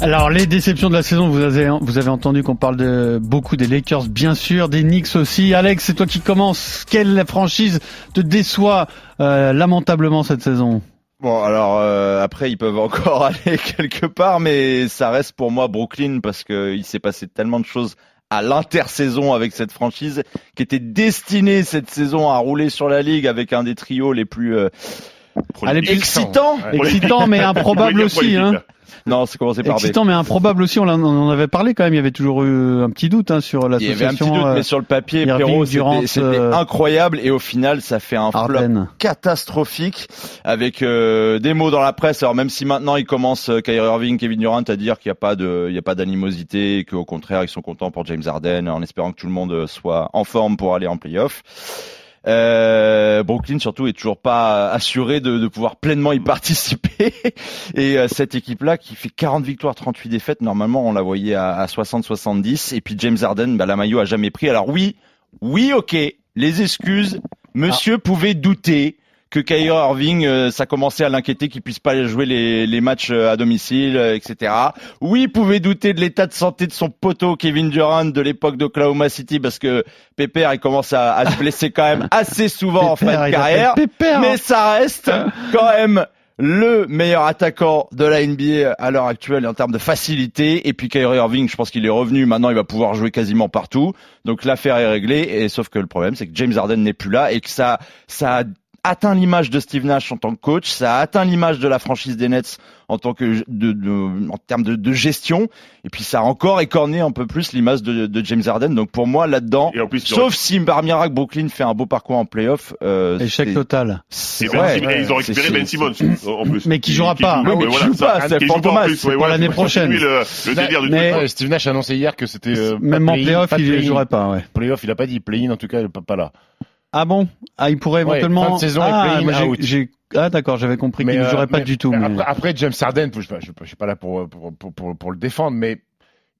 Alors les déceptions de la saison, vous avez, vous avez entendu qu'on parle de beaucoup des Lakers bien sûr, des Knicks aussi. Alex, c'est toi qui commence. Quelle franchise te déçoit euh, lamentablement cette saison
Bon, alors euh, après ils peuvent encore aller quelque part, mais ça reste pour moi Brooklyn parce que il s'est passé tellement de choses à l'intersaison avec cette franchise qui était destinée cette saison à rouler sur la ligue avec un des trios les plus euh,
Prolifique.
excitants,
Ouais. Excitant, mais improbable aussi,
Prolifique.
hein.
Non, c'est commencé par B.
Excitant mais improbable aussi, on, en- on en avait parlé quand même, il y avait toujours eu un petit doute hein, sur
Il y avait un petit
l'association.
doute,
euh,
mais sur le papier,
Irving,
Perrault,
Durant,
c'était c'était
euh,
incroyable. Et au final, ça fait un flop
Harden.
catastrophique avec euh, des mots dans la presse. Alors même si maintenant, il commence euh, Kyrie Irving, Kevin Durant à dire qu'il n'y a pas de, il y a pas d'animosité et qu'au contraire, ils sont contents pour James Harden en espérant que tout le monde euh, soit en forme pour aller en playoff. Euh, Brooklyn surtout est toujours pas euh, assuré de, de pouvoir pleinement y participer et euh, cette équipe là qui fait 40 victoires 38 défaites normalement on la voyait à, à 60 70 et puis James Harden bah, la maillot a jamais pris alors oui oui ok les excuses monsieur pouvait douter que Kyrie Irving, euh, ça commençait à l'inquiéter qu'il puisse pas jouer les, les matchs euh, à domicile, euh, etc. Oui, il pouvait douter de l'état de santé de son poteau Kevin Durant de l'époque d'Oklahoma City parce que Pépère, il commence à, à se blesser quand même assez souvent en fin
Pépère,
de
il s'appelle
carrière.
Pépère, hein.
mais ça reste
Euh.
quand même le meilleur attaquant de la NBA à l'heure actuelle en termes de facilité. Et puis Kyrie Irving, je pense qu'il est revenu. Maintenant, il va pouvoir jouer quasiment partout. Donc l'affaire est réglée. Et sauf que le problème, c'est que James Harden n'est plus là et que ça, ça a atteint l'image de Steve Nash en tant que coach. Ça a atteint l'image de la franchise des Nets en tant que de, de- en termes de, de gestion. Et puis ça a encore écorné un peu plus l'image de, de James Harden. Donc pour moi, là-dedans,
Et en plus, ils auraient-
sauf si par miracle Brooklyn fait un beau parcours en playoff, euh,
Échec
c'est-
total.
c'est-
Et Ben
ouais,
Simmons- et ils ont récupéré
c'est-
Ben
c'est-
Simmons en plus.
Mais qui jouera pas.
Oui, mais qui joue pas,
ça,
c'est
qui
pour
joue pas en
Thomas,
plus,
c'est
ouais,
pour
voilà,
l'année
c'est continue
prochaine.
Le, le délire du truc.
Bah, mais-
Ouais, Steve Nash a annoncé hier que c'était euh, pas
Même en
play-in,
playoff,
pas
il ne
play-in.
jouerait pas. Ouais.
Playoff, il a pas dit play-in en tout cas, pas, pas là.
Ah bon Ah, il pourrait
Ouais,
éventuellement.
fin de saison et
ah,
play-in,
moi, j'ai-
out.
j'ai- ah, d'accord, j'avais compris qu'il ne
euh,
jouerait pas
mais-
du tout.
mais
mais-
Après, après, James Harden, je, je, je, suis pas là pour, pour, pour, pour, pour le défendre, mais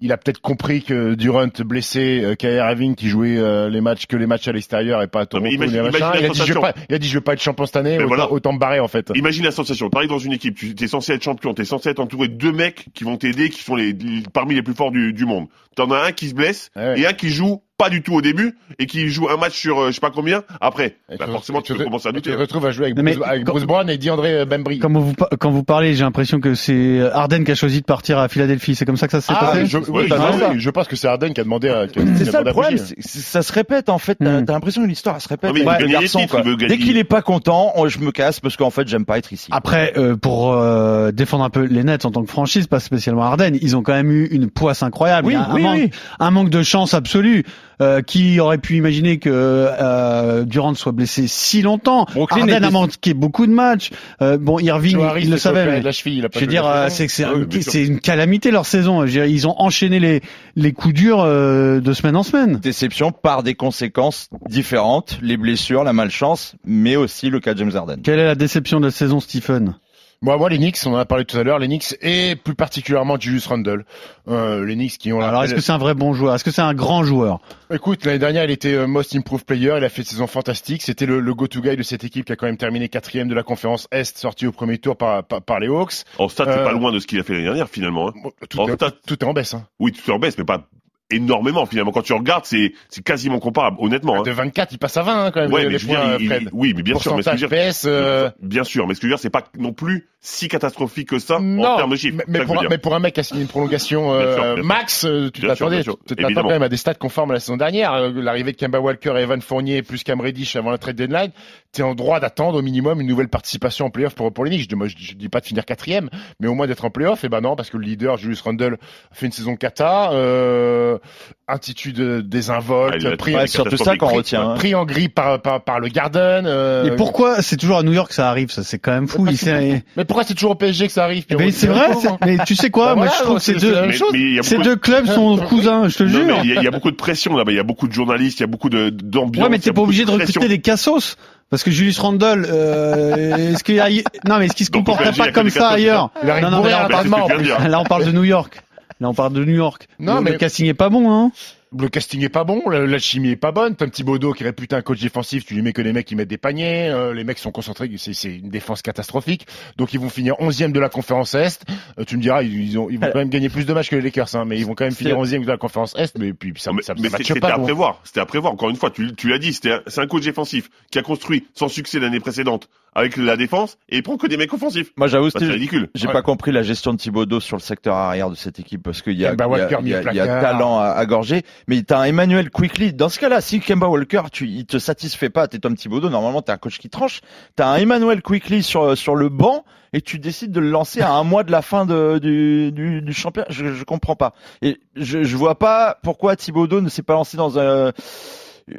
il a peut-être compris que Durant blessé, euh, Kyrie Irving qui jouait euh, les matchs que les matchs à l'extérieur et pas à Toronto,
mais imagine-
les machins,
imagine
il,
la
a dit, je vais
sensation.
pas, il a dit je vais pas être champion cette année,
Mais
autant,
voilà.
autant me barrer en fait.
Imagine la sensation. T'arrives dans une équipe, tu es censé être champion, t'es censé être entouré de deux mecs qui vont t'aider, qui sont les, les- parmi les plus forts du, du monde. T'en as un qui se blesse
Ouais, Ah ouais.
et un qui joue pas du tout au début et qui joue un match sur euh, je sais pas combien. Après,
Et
Bah,
tu-
forcément,
et
tu
te-
peux commencer à
et Tu
douter. hein.
te retrouves à jouer avec,
Mais
Bruce, avec
quand-
Bruce Brown et DeAndre Bembry.
Quand vous, par- quand vous parlez, j'ai l'impression que c'est euh, Arden qui a choisi de partir à Philadelphie. C'est comme ça que ça s'est
Ah,
passé bah,
je, oui,
t'as
je-
raison.
oui, je pense que c'est Harden qui a demandé à. qui a- qui
C'est
a
ça
demandé
le
à
problème,
bouger.
c'est- c'est- ça se répète en fait. T'as
Mm.
t'as l'impression que l'histoire elle se répète.
Ouais, hein. mais il
avec
veut
le
gagner les Ah,
garçon,
titres,
quoi.
il veut
Dès
gagner.
qu'il est pas content, on- je me casse parce qu'en fait j'aime pas être ici.
Après, euh, pour euh, défendre un peu les Nets en tant que franchise, pas spécialement Arden, ils ont quand même eu une poisse incroyable.
Oui,
Il y a
oui,
un, manque,
oui.
un manque de chance absolu. Euh, qui aurait pu imaginer que euh, Durant soit blessé si longtemps
Brooklyn
Arden
était-
a manqué beaucoup de matchs. Euh, bon, Irving,
Joe Harris,
il le
s'est opéré
savait.
de
Mais...
la cheville, il a pas
Je veux
joué
dire,
toute la
euh,
saison.
c'est que c'est
Ah oui, bien sûr.
c'est une calamité leur saison. Je veux dire, ils ont enchaîné les les coups durs euh, de semaine en semaine.
Déception par des conséquences différentes, les blessures, la malchance, mais aussi le cas de James Harden.
Quelle est la déception de la saison, Stephen
Moi, moi, les Knicks, on en a parlé tout à l'heure, les Knicks et plus particulièrement Julius Randle. Euh, les Knicks qui ont.
Alors, est-ce que c'est un vrai bon joueur Est-ce que c'est un grand joueur
Écoute, l'année dernière, il était euh, Most Improved Player, il a fait une saison fantastique. C'était le, le go-to guy de cette équipe qui a quand même terminé quatrième de la conférence Est, sorti au premier tour par, par, par les Hawks.
En stade, t'es
Euh,
pas loin de ce qu'il a fait l'année dernière finalement. hein.
Bon, Tout,
En
est,
stats.
tout est en baisse. Hein.
Oui, tu te rebaisses, mais pas énormément finalement. Quand tu regardes, c'est c'est quasiment comparable, honnêtement. hein.
De 24, il passe à 20 hein, quand même.
Ouais,
les-
mais
les
je veux
points,
dire,
euh,
il- il-
Fred.
oui, mais bien sûr, mais ce que
Pourcentage
je veux dire,
baisse. euh,
Bien sûr, mais ce que je veux dire, c'est pas non plus si catastrophique que ça Hein, en
Non,
termes de chiffres.
mais-
C'est ça
Mais
que je veux
pour, un-
dire.
mais pour un mec qui a signé une prolongation
Bien
euh,
sûr, bien sûr.
max, euh, tu
Bien sûr, bien
t'attendais,
sûr,
tu t'attends
évidemment.
quand même à des stats conformes à la saison dernière. Euh, L'arrivée de Kemba Walker et Evan Fournier plus Cam Reddish avant la trade deadline, t'es en droit d'attendre au minimum une nouvelle participation en playoff pour, pour les Knicks. Je, dis- moi, je, je dis pas de finir quatrième, mais au moins d'être en playoff. Et ben non, parce que le leader Julius Randle fait une saison cata, euh, attitude euh,
Ah,
désinvolte,
il a-
pris, euh,
ouais,
C'est surtout ça qu'on
catastrophique.
retient. hein.
pris en gris par, par, par le Garden. euh,
Et pourquoi c'est toujours à New York que ça arrive Ça, c'est quand même
Ah,
fou. Il s'est-
Mais pourquoi c'est toujours au PSG que ça arrive
Eh
Pierrot
ben, c'est vrai, c'est- mais tu sais quoi,
Bah
moi
voilà,
je trouve que
c'est-
ces
c'est la
deux,
même
Mais-
chose.
mais il y a
ces
beaucoup-
deux clubs sont cousins, je te
Non, mais
jure.
il y, a- il y a beaucoup de pression là-bas, il y a beaucoup de journalistes, il y a beaucoup de- d'ambiance.
Ouais, mais
il y a
t'es pas
beaucoup
obligé de
pression.
recruter des cassos. Parce que Julius Randle, euh, est-ce qu'il y a... non mais est-ce qu'il se
Donc,
comportait
au PSG, il y
pas
a
comme
que des
ça
cassos,
ailleurs
Il arrive
Non, non,
bourré
mais
à
là, on
Ben, c'est ce
l'entraînement.
que je viens de dire.
Là on parle de New York. Là on parle de New York.
Non,
le,
mais-
le casting est pas bon, hein.
le casting est pas bon, la, la chimie est pas bonne. T'as un petit Bodo qui est réputé un coach défensif, tu lui mets que des mecs qui mettent des paniers, euh, les mecs sont concentrés, c'est, c'est une défense catastrophique. Donc ils vont finir 11e de la conférence Est. Euh, tu me diras, ils, ils ont, ils vont quand même gagner plus de matchs que les Lakers, hein, mais ils vont quand même finir 11e de la conférence Est. Mais puis ça,
mais
ça, ça
mais
matche
c'est- c'était
pas.
à
bon.
prévoir. C'était à prévoir. Encore une fois, tu, tu l'as dit, c'était un- c'est un coach défensif qui a construit son succès l'année précédente avec la défense et il prend que des mecs offensifs.
Moi, j'avoue,
Bah,
Steve,
c'est ridicule.
J'ai
Ouais.
pas compris la gestion de Thibodeau sur le secteur arrière de cette équipe parce qu'il y a,
Kemba
il y a-
Walker,
il y a-
mis
il y a
placard.
talent à, à gorger. Mais t'as un Emmanuel Quickly. Dans ce cas-là, si Kemba Walker, tu, il te satisfait pas, t'es Tom Thibodeau. Normalement, t'as un coach qui tranche. T'as un Emmanuel Quickly sur, sur le banc et tu décides de le lancer à un mois de la fin de, du, du, du championnat. Je, je comprends pas. Et je, je vois pas pourquoi Thibodeau ne s'est pas lancé dans un,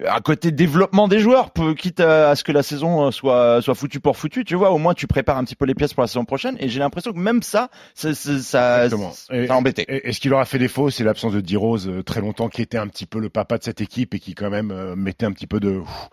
à côté développement des joueurs, peu- quitte à, à ce que la saison euh, soit soit foutue pour foutue, tu vois, au moins tu prépares un petit peu les pièces pour la saison prochaine. Et j'ai l'impression que même ça, c'est- c'est- ça,
Exactement.
c'est- ça embêté.
Et, et ce qui leur a fait défaut, c'est l'absence de D Rose euh, très longtemps, qui était un petit peu le papa de cette équipe et qui quand même euh, mettait un petit peu de, ouf,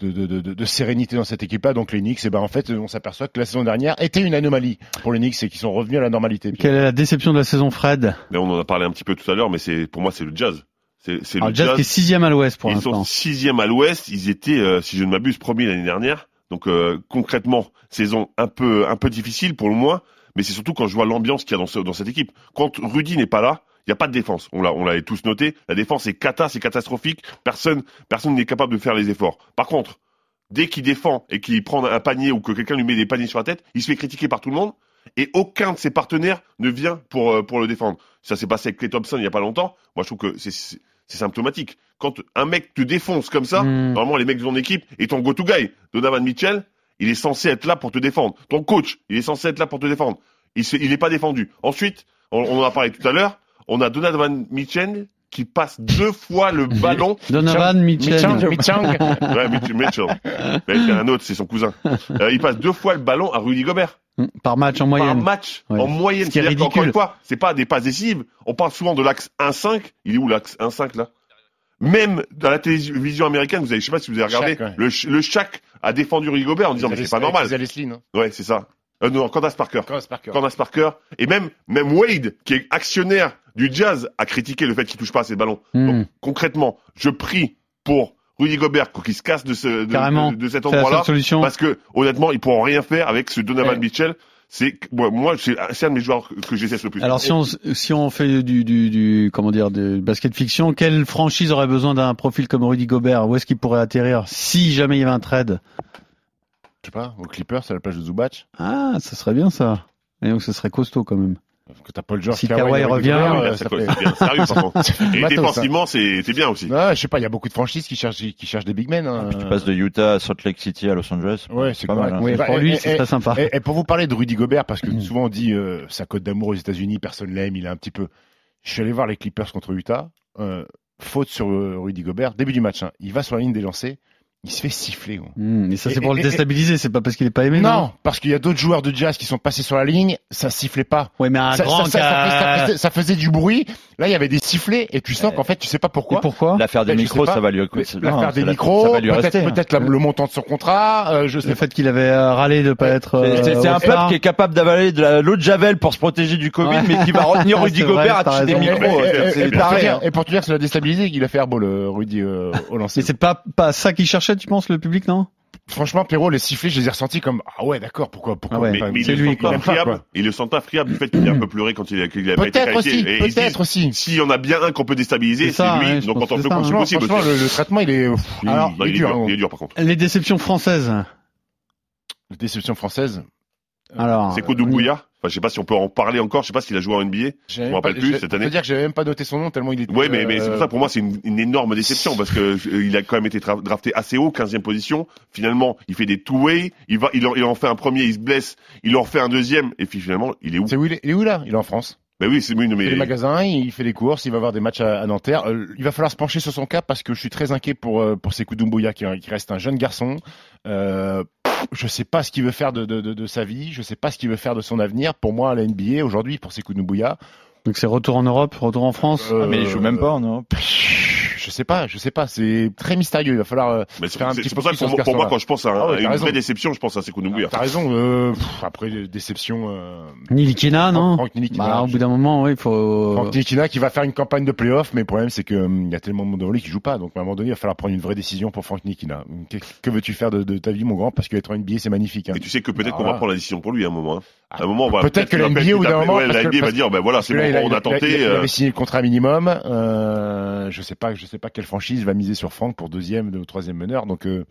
de, de, de, de- de sérénité dans cette équipe-là. Donc les Knicks, et ben en fait, on s'aperçoit que la saison dernière était une anomalie pour les Knicks et qu'ils sont revenus à la normalité.
Quelle est la déception de la saison, Fred
Mais on en a parlé un petit peu tout à l'heure, mais c'est pour moi c'est le jazz. C'est c'est
Alors, Ah,
le
le Jazz
jazz.
qui est sixième à l'Ouest pour
ils sont
l'instant.
sixième à l'Ouest. Ils étaient, euh, si je ne m'abuse, premiers l'année dernière. Donc euh, concrètement, saison un peu un peu difficile pour le moins. Mais c'est surtout quand je vois l'ambiance qu'il y a dans, ce- dans cette équipe. Quand Rudy n'est pas là, il n'y a pas de défense. On l'a on l'avait tous noté. La défense est cata, c'est catastrophique. Personne personne n'est capable de faire les efforts. Par contre, dès qu'il défend et qu'il prend un panier ou que quelqu'un lui met des paniers sur la tête, il se fait critiquer par tout le monde et aucun de ses partenaires ne vient pour, euh, pour le défendre. Ça s'est passé avec Clay Thompson il n'y a pas longtemps. Moi, je trouve que c'est- c'est c'est symptomatique. Quand un mec te défonce comme ça,
Mm.
normalement, les mecs de ton équipe et ton go-to guy, Donovan Mitchell, il est censé être là pour te défendre. Ton coach, il est censé être là pour te défendre. Il n'est il est pas défendu. Ensuite, on, on en a parlé tout à l'heure, on a Donovan Mitchell qui passe deux fois le ballon
Donovan Mitchell.
Ouais, Mitch- Mitchell. Mais il y a un autre, c'est son cousin. Euh, il passe deux fois le ballon à Rudy Gobert.
Par match en
Par
moyenne.
match,
Ouais.
en moyenne.
Ce qui est
C'est-à-dire qu'encore
ridicule.
une fois, c'est pas des passes décisives. On parle souvent de l'axe 1-5. Il est où l'axe 1-5 là Même dans la télévision américaine, vous avez, je sais pas si vous avez regardé,
Shaq, ouais.
le, Ch- le Shaq a défendu Rudy Gobert en disant mais c'est pas normal. Ouais, c'est ça. Euh, non, Candace Parker. Candace Parker. Et même, même Wade, qui est actionnaire du Jazz, a critiqué le fait qu'il touche pas à ses ballons.
Hmm.
Donc, concrètement, je prie pour Rudy Gobert qu'il se casse de, ce, de,
Carrément.
de, de cet
C'est la
endroit-là.
seule solution.
Parce que, honnêtement, ils pourront rien faire avec ce Donovan
Ouais.
Mitchell. C'est, que- moi, moi, c'est c'est un de mes joueurs que j'essaie le plus.
Alors si on si on fait du, du, du comment dire du basket fiction, quelle franchise aurait besoin d'un profil comme Rudy Gobert Où est-ce qu'il pourrait atterrir si jamais il y avait un trade
Je sais pas, aux Clippers, à la plage de Zubac.
Ah, ça serait bien ça. Et donc ce serait costaud quand même.
Quand t'as Paul George,
Si
Kawhi,
Kawhi
Rudy
revient,
Gobert,
Ah oui,
euh, ça
là, c'est quoi,
fait-
c'est bien, sérieux, par contre.
Bateau,
Et
ça.
hein.
défensivement, c'est c'est bien aussi.
Ouais, je sais pas, il y a beaucoup de franchises qui cherchent, qui cherchent des big men. hein.
Puis tu passes de Utah à Salt Lake City à Los Angeles.
Ouais, c'est
pas mal.
correct.
hein.
Oui, bah,
pour
et-
lui,
et-
c'est très sympa.
Et, et pour vous parler de Rudy Gobert, parce que souvent on dit euh, sa cote d'amour aux États-Unis, personne l'aime, il est un petit peu. Je suis allé voir les Clippers contre Utah. euh, faute sur euh, Rudy Gobert, début du match, hein, il va sur la ligne des lancers, il se fait siffler. gros.
Hmm, et ça c'est
Et-
pour
et-
le déstabiliser, c'est pas parce qu'il est pas aimé.
non, parce qu'il y a d'autres joueurs de Jazz qui sont passés sur la ligne, ça sifflait pas.
Ouais, mais un
ça,
grand
ça- ça- ça faisait- ça
cas.
faisait- ça faisait du bruit. Là, il y avait des sifflets, et tu sens qu'en fait, tu sais pas
Et
pourquoi.
pourquoi
L'affaire des
Ben, je
micros,
sais pas.
ça va lui,
Mais
ça- non,
L'affaire
ça
des
la-
micros,
ça va lui
peut-être
rester. hein.
peut-être la- le montant de son contrat, euh, je sais
Le fait qu'il avait euh, râlé de pas être. euh,
C'est- C'est c'est un
au
peuple
phare.
qui est capable d'avaler de la- l'eau de Javel pour se protéger du Covid,
Ouais.
mais qui va retenir Rudy
C'est vrai,
Gobert à
t'as
toucher des
raison.
micros.
Et- et-
C'est-
et
C'est
pour te
taré.
dire-
hein.
Et pour te dire, ça l'a déstabilisé qu'il a fait airball, euh, Rudy, euh, au lancer.
Mais c'est pas pas ça qu'il cherchait, tu penses, le public, non
Franchement, Pierrot, les sifflets, je les ai ressentis comme, ah ouais, d'accord, pourquoi, pourquoi?
Ah ouais.
Mais,
enfin,
mais ils
c'est
le
lui,
sentent
quoi.
pas
Même pas,
friable.
quoi.
Ils le sentent pas friable du fait qu'il a un peu pleuré quand il a, qu'il a pas été
Peut-être
qualifié.
aussi,
Et ils se disent,
peut-être aussi.
Si on a bien un qu'on peut déstabiliser,
C'est
c'est
ça,
lui.
ouais, je
donc
pense
quand on
que
peut
c'est ça,
comprendre
Franchement,
possible.
franchement, le, le traitement, il est, pff, il,
Alors,
Non,
il est dur. hein.
il est dur par contre.
Les déceptions françaises.
La Déception française.
Alors.
C'est Kodoumbouya. Enfin, je sais pas si on peut en parler encore. Je sais pas s'il a joué en NBA.
Je
me rappelle plus, cette année.
C'est-à-dire que j'avais même pas noté son nom tellement il était.
Ouais, mais, mais c'est
euh,
pour ça, pour moi, c'est une, une énorme déception parce que euh, il a quand même été dra- drafté assez haut, 15e position. Finalement, il fait des two-way. Il va, il en, il en fait un premier, il se blesse. Il en fait un deuxième. Et puis finalement, il est où?
C'est où il est, il est où là Il est en France.
Ben oui, c'est, oui, non,
Il fait
mais.
les magasins, il fait les courses, il va voir des matchs à, à Nanterre. Euh, il va falloir se pencher sur son cas parce que je suis très inquiet pour euh, pour Sekou Doumbouya qui, qui reste un jeune garçon. Euh, pff, je sais pas ce qu'il veut faire de, de, de, de sa vie, je sais pas ce qu'il veut faire de son avenir. Pour moi, la NBA aujourd'hui pour Sekou Doumbouya,
Ah,
Donc c'est retour en Europe, retour en France.
Euh,
Mais il joue même pas en Europe.
je je sais pas, je sais pas. C'est très mystérieux. Il va falloir euh,
Mais c'est
faire un
c'est-
petit
c'est pour ça
focus
que
sur ce
pour, moi- pour moi,
garçon-là.
quand je pense à,
Ah ouais,
à
t'as
une
raison.
vraie déception, je pense à Sekou Doumbouya.
T'as raison. euh, pff, après euh, déception. euh,
Nilikina, non
Franck Nilikina,
Bah, au bout d'un moment, oui, il faut.
Franck Nilikina qui va faire une campagne de playoff, mais le problème c'est que hum, il y a tellement de monde devant lui qui joue pas. Donc à un moment donné, il va falloir prendre une vraie décision pour Franck Nilikina. Hum, Que, que veux-tu faire de, de ta vie, mon grand Parce que être en NBA, c'est magnifique. hein.
Et tu sais que peut-être
Ah,
qu'on va
voilà.
prendre la décision pour lui à un moment. hein. À un moment, on va
Peut-être que
qu'il
la
va-
NBA,
qu'il
au bout d'un
tape-
moment,
ouais,
parce
la
que-
NBA va
parce-
dire, ben voilà,
Parce
c'est
que
bon,
là, il a-
on
il a-
a tenté.
Il, a- il
euh,
avait signé le contrat minimum. Euh, je sais pas, je sais pas quelle franchise va miser sur Franck pour deuxième ou troisième meneur. Donc euh,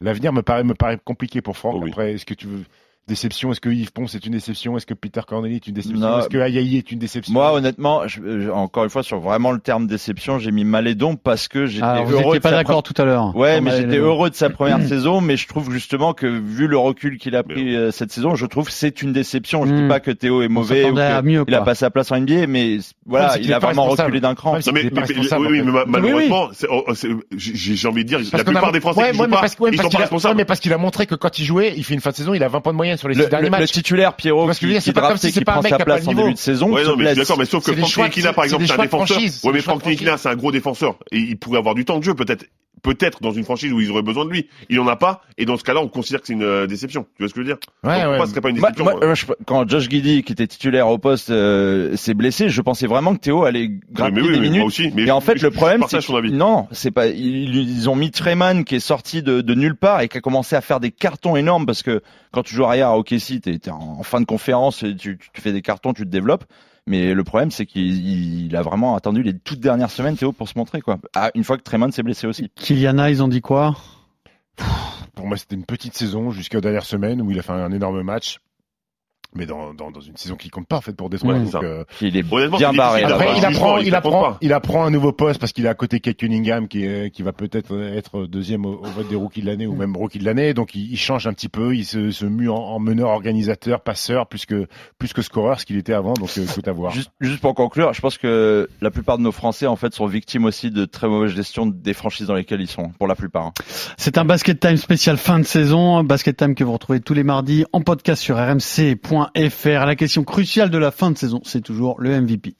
l'avenir me paraît me paraît compliqué pour Franck.
Oh oui.
Après, est-ce que tu veux déception Est-ce que Yves Ponce est une déception Est-ce que Peter Corneli est une déception
Non.
Est-ce que Ayayi est une déception
Moi, honnêtement, je- je- encore une fois, sur vraiment le terme déception, j'ai mis Malédon parce que j'étais
Ah, vous
heureux.
n'étiez
de
pas
sa
d'accord tout à l'heure.
Ouais,
Sur
mais j'étais
Malédon.
heureux de sa première saison, mais je trouve justement que vu le recul qu'il a pris euh, cette saison, je trouve que c'est une déception. Je
Mm.
dis pas que Théo est mauvais ou
s'attendait à
que
mieux,
il a
quoi.
pas sa place en NBA, mais c-
Ouais,
voilà,
c'est qu'il
il
est
a
pas
vraiment
responsable.
reculé d'un cran.
Ouais, c'est
Non, mais,
qu'il est pas
mais-
responsable,
oui, oui,
en
mais
fait.
ma-
Oui, oui.
malheureusement, c'est- oh, oh, c'est- j'ai j'ai envie de dire,
Parce
la
qu'on a-
plupart des Français
Ouais,
qui jouent
ouais, mais
pas,
parce que- ouais,
ils
parce
sont pas
qu'il a- ouais,
responsables.
mais parce qu'il a montré que quand il jouait, il fait une fin de saison, il a 20 points de moyenne sur les
Le,
six derniers
le- le
matchs.
titulaire Pierrot
Parce que je veux
qui,
dire, c'est
qui
pas comme
drafté,
si c'est
qui
pas un
prend
mec
sa
qui a
place
pas
en
le
début
niveau.
de saison. se
Ouais, non, mais je suis
blesse.
d'accord, mais sauf
C'est
que
des
Franck
choix-
Nikina,
c'est-
par exemple,
c'est
c'est
des
un
choix de
défenseur.
franchise,
Ouais,
c'est
mais
des choix de
Franck Nikina,
franchise.
c'est un gros défenseur. Et il pourrait avoir du temps de jeu, peut-être. Peut-être dans une franchise où ils auraient besoin de lui. Il en a pas. Et dans ce cas-là, on considère que c'est une euh, déception. Tu vois ce que je veux dire?
Ouais,
Donc,
ouais.
Pourquoi ce serait pas une
Moi-
déception?
moi,
moi
euh, je- quand Josh Giddy, qui était titulaire au poste, euh, s'est blessé, je pensais vraiment que Théo allait
Ouais,
gratter
mais oui,
des
mais
minutes.
moi aussi. Mais
et en fait,
je-
le
je
problème, c'est
partage ton
que-
avis.
non, c'est pas. Ils, ils ont mis Treman qui est sorti de, de nulle part et qui a commencé à faire des cartons énormes parce que quand tu joues arrière à OKC, t'es t'es en, en fin de conférence, et tu, tu- tu fais des cartons, tu te développes. Mais le problème, c'est qu'il il a vraiment attendu les toutes dernières semaines, Théo, pour se montrer quoi. Ah, une fois que Treman s'est blessé aussi.
Kiliana, ils ont dit quoi
pour moi, c'était une petite saison jusqu'à dernière semaine où il a fait un énorme match. Mais dans, dans, dans une saison qui compte pas, en fait, pour Détroit.
Ouais,
Donc,
c'est ça.
euh,
Il est
Honnêtement,
bien
c'est
barré.
difficile
là-bas.
après,
bah,
il
jugement,
apprend,
il
il
t'apprend
apprend,
pas.
il apprend un nouveau poste parce qu'il est à côté Kate Cunningham qui est, qui va peut-être être deuxième au, au vote des rookies de l'année ou même rookie de l'année. Donc, il, il change un petit peu. Il se, se mue en, en meneur, organisateur, passeur, plus que, plus que scoreur, ce qu'il était avant. Donc, euh, écoute à voir.
Juste, juste pour conclure, je pense que la plupart de nos Français en fait sont victimes aussi de très mauvaise gestion des franchises dans lesquelles ils sont, pour la plupart. hein.
C'est un basket time spécial fin de saison, basket time que vous retrouvez tous les mardis en podcast sur rmc.fr. La question cruciale de la fin de saison, c'est toujours le MVP.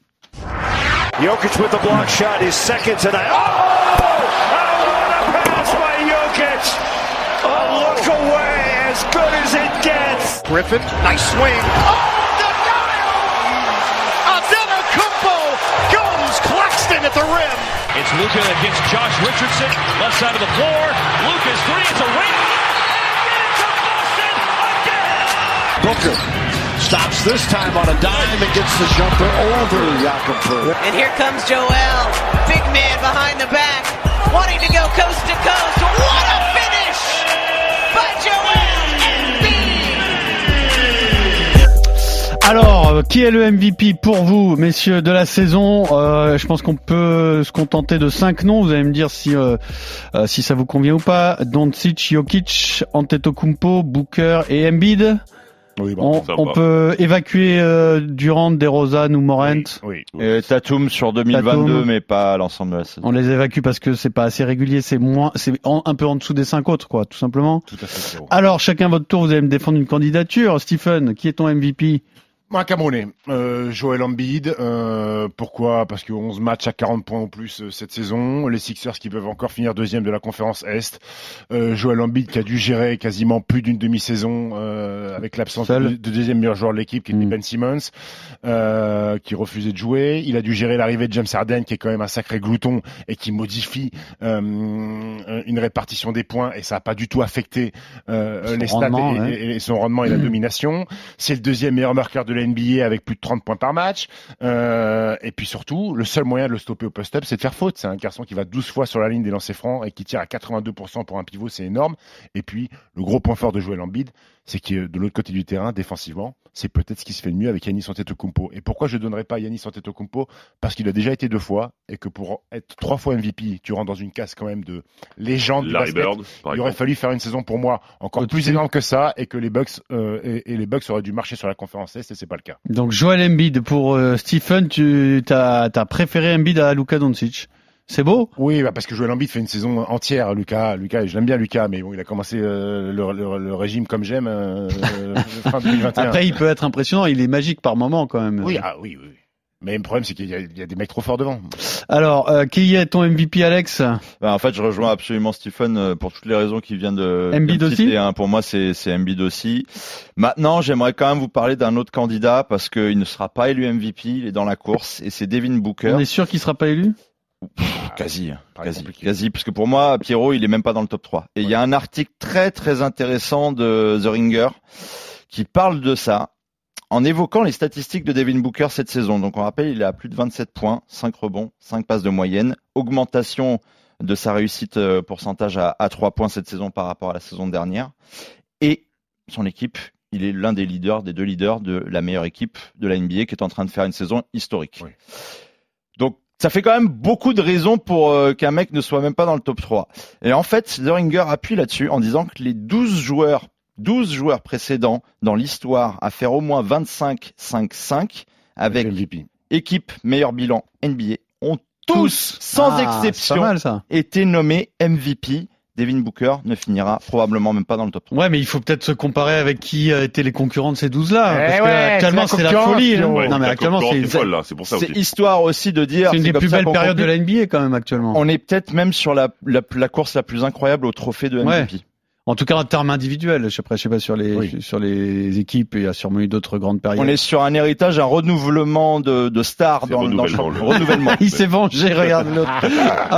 Jokic with the block shot, his second tonight. Oh! Oh, what a pass by Jokic! A look away, as good as it gets.
Griffin, nice swing. Oh, the dial! Adenacumpo guns Claxton at the rim.
It's Luca against Josh Richardson, left side of the floor. Luca's three, it's a ring.
Booker stops this time on a dime and gets the jumper over Yakubu.
And here comes Joel, big man behind the back, wanting to go coast to coast. What a finish by Joel Embiid!
Alors, euh, qui est le MVP pour vous, messieurs, de la saison Euh, Je pense qu'on peut se contenter de cinq noms. Vous allez me dire si euh, euh, si ça vous convient ou pas. Doncic, Jokic, Antetokounmpo, Booker et Embiid.
Oui, bon.
On,
ça
on
va.
peut évacuer euh, Durant, DeRozan ou Morant.
Oui.
Euh, Tatum sur 2022,
Tatum.
mais pas l'ensemble de la saison.
On les évacue parce que c'est pas assez régulier, c'est moins, c'est en- un peu en dessous des cinq autres, quoi, tout simplement.
Tout à fait, Pierrot.
Alors, chacun votre tour, vous allez me défendre une candidature. Stephen, qui est ton MVP
Moi, Camerounais, euh, Joël Embiid, euh, pourquoi Parce que 11 matchs à 40 points ou plus euh, cette saison, les Sixers qui peuvent encore finir deuxième de la conférence Est, euh, Joël Embiid qui a dû gérer quasiment plus d'une demi-saison euh, avec l'absence
Seul.
de, de deuxième meilleur joueur de l'équipe qui était
Mm.
Ben Simmons, euh, qui refusait de jouer, il a dû gérer l'arrivée de James Harden qui est quand même un sacré glouton et qui modifie euh, une répartition des points et ça n'a pas du tout affecté euh,
Son
les stats et-
rendement,
et-
ouais. Mm.
et, et son rendement et la domination. C'est le deuxième meilleur marqueur de la NBA avec plus de 30 points par match. Euh, et puis surtout, le seul moyen de le stopper au post-up, c'est de faire faute. C'est un garçon qui va 12 fois sur la ligne des lancers francs et qui tire à 82% pour un pivot, c'est énorme. Et puis, le gros point fort de Joel Embiid, c'est que de l'autre côté du terrain, défensivement, c'est peut-être ce qui se fait de mieux avec Yanis Antetokounmpo. Et pourquoi je ne donnerais pas Yanis Antetokounmpo Parce qu'il a déjà été deux fois et que pour être trois fois MVP, tu rentres dans une case quand même de légende du
Larry
basket.
Bird, par
Il aurait
exemple.
fallu faire une saison pour moi encore
Au-dessus.
plus énorme que ça et que les Bucks euh, et, et les Bucks auraient dû marcher sur la conférence Est et c'est pas le cas.
Donc Joel Embiid pour euh, Stephen, tu t'as as préféré Embiid à Luka Doncic. C'est beau
Oui, bah parce que Joel Embiid fait une saison entière, Lucas, Lucas, et je l'aime bien Lucas, mais bon, il a commencé euh, le, le- le régime comme j'aime euh, fin 2021.
Après, il peut être impressionnant, il est magique par moment quand même.
oui, ah oui, oui. Mais le problème, c'est qu'il y, a- il y a des mecs trop forts devant.
Alors, euh, qui est ton MVP, Alex
Bah, en fait, je rejoins absolument Stephen euh, pour toutes les raisons qui viennent de
Embiid
de me
aussi
citer, hein. Pour moi, c'est c'est Embiid aussi. Maintenant, j'aimerais quand même vous parler d'un autre candidat parce qu'il ne sera pas élu MVP. Il est dans la course et c'est Devin Booker.
On est sûr qu'il sera pas élu
Quasi, hein, quasi, quasi, parce que pour moi, Pierrot, il est même pas dans le top 3. Et il y a un article très très intéressant de The Ringer qui parle de ça en évoquant les statistiques de Devin Booker cette saison. Donc on rappelle, il a plus de 27 points, 5 rebonds, 5 passes de moyenne, augmentation de sa réussite euh, pourcentage à, à 3 points cette saison par rapport à la saison dernière. Et son équipe, il est l'un des leaders, des deux leaders de la meilleure équipe de la NBA qui est en train de faire une saison historique. Donc, ça fait quand même beaucoup de raisons pour euh, qu'un mec ne soit même pas dans le top 3. Et en fait, The Ringer appuie là-dessus en disant que les 12 joueurs, 12 joueurs précédents dans l'histoire à faire au moins 25-5-5 avec équipe meilleur bilan NBA ont tous, sans
Ah, c'est
exception,
pas mal, ça.
été nommés MVP. Devin Booker ne finira probablement même pas dans le top 3.
Ouais, mais il faut peut-être se comparer avec qui euh, étaient les concurrents de ces 12-là.
Eh
parce que
ouais,
actuellement,
c'est
c'est
la
la
concurrence,
euh,
folie. hein.
Pierrot. Ouais,
Non, mais
la
actuellement,
concurrence
c'est
est folle, là, c'est pour ça aussi. C'est histoire aussi de dire,
C'est une
c'est
des
comme
plus
ça
belles
qu'on
périodes de
compte.
la NBA quand même actuellement.
On est peut-être même sur la, la, la course la plus incroyable au trophée de MVP.
Ouais. En tout cas, en termes individuels, je sais pas, je sais pas sur les sur les équipes et il y a sûrement eu d'autres grandes périodes.
On est sur un héritage, un renouvellement de, de stars dans, dans le
renouvellement,
champ-
le-
renouvellement.
Il s'est vengé, regarde l'autre.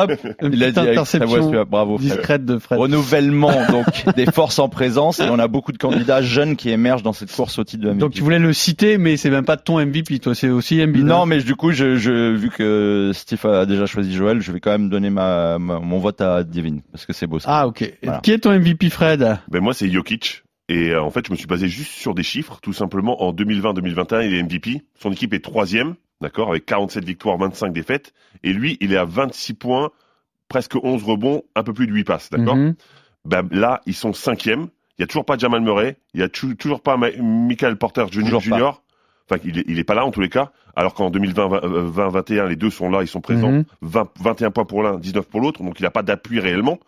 Hop,
Il a
petite
dit avec sa voix,
interception
celui-là. bravo, Fred.
discrète de Fred.
Renouvellement donc des forces en présence et on a beaucoup de candidats jeunes qui émergent dans cette course au titre de MVP.
Donc tu voulais le citer, mais c'est même pas ton MVP, toi, c'est aussi hein. MVP.
non, mais du coup, je, je, vu que Steve a déjà choisi Joël, je vais quand même donner ma, ma- mon vote à Devin parce que c'est beau. Ça.
Ah ok.
Voilà.
Qui est ton MVP, Fred
Ben moi, c'est Jokic. Et euh, en fait, je me suis basé juste sur des chiffres. Tout simplement, en 2020-2021, il est MVP. Son équipe est troisième, d'accord, avec 47 victoires, 25 défaites. Et lui, il est à 26 points, presque 11 rebonds, un peu plus de 8 passes, d'accord
Mhm.
Ben, Là, ils sont cinquième. Il n'y a toujours pas Jamal Murray. Il n'y a tu- toujours pas Ma- Michael Porter Jr. Junior. Enfin, il est, il est pas là en tous les cas. Alors qu'en euh, 2020-2021, les deux sont là, ils sont présents.
Mhm.
20 21 points pour l'un, 19 pour l'autre. Donc, il n'a pas d'appui réellement.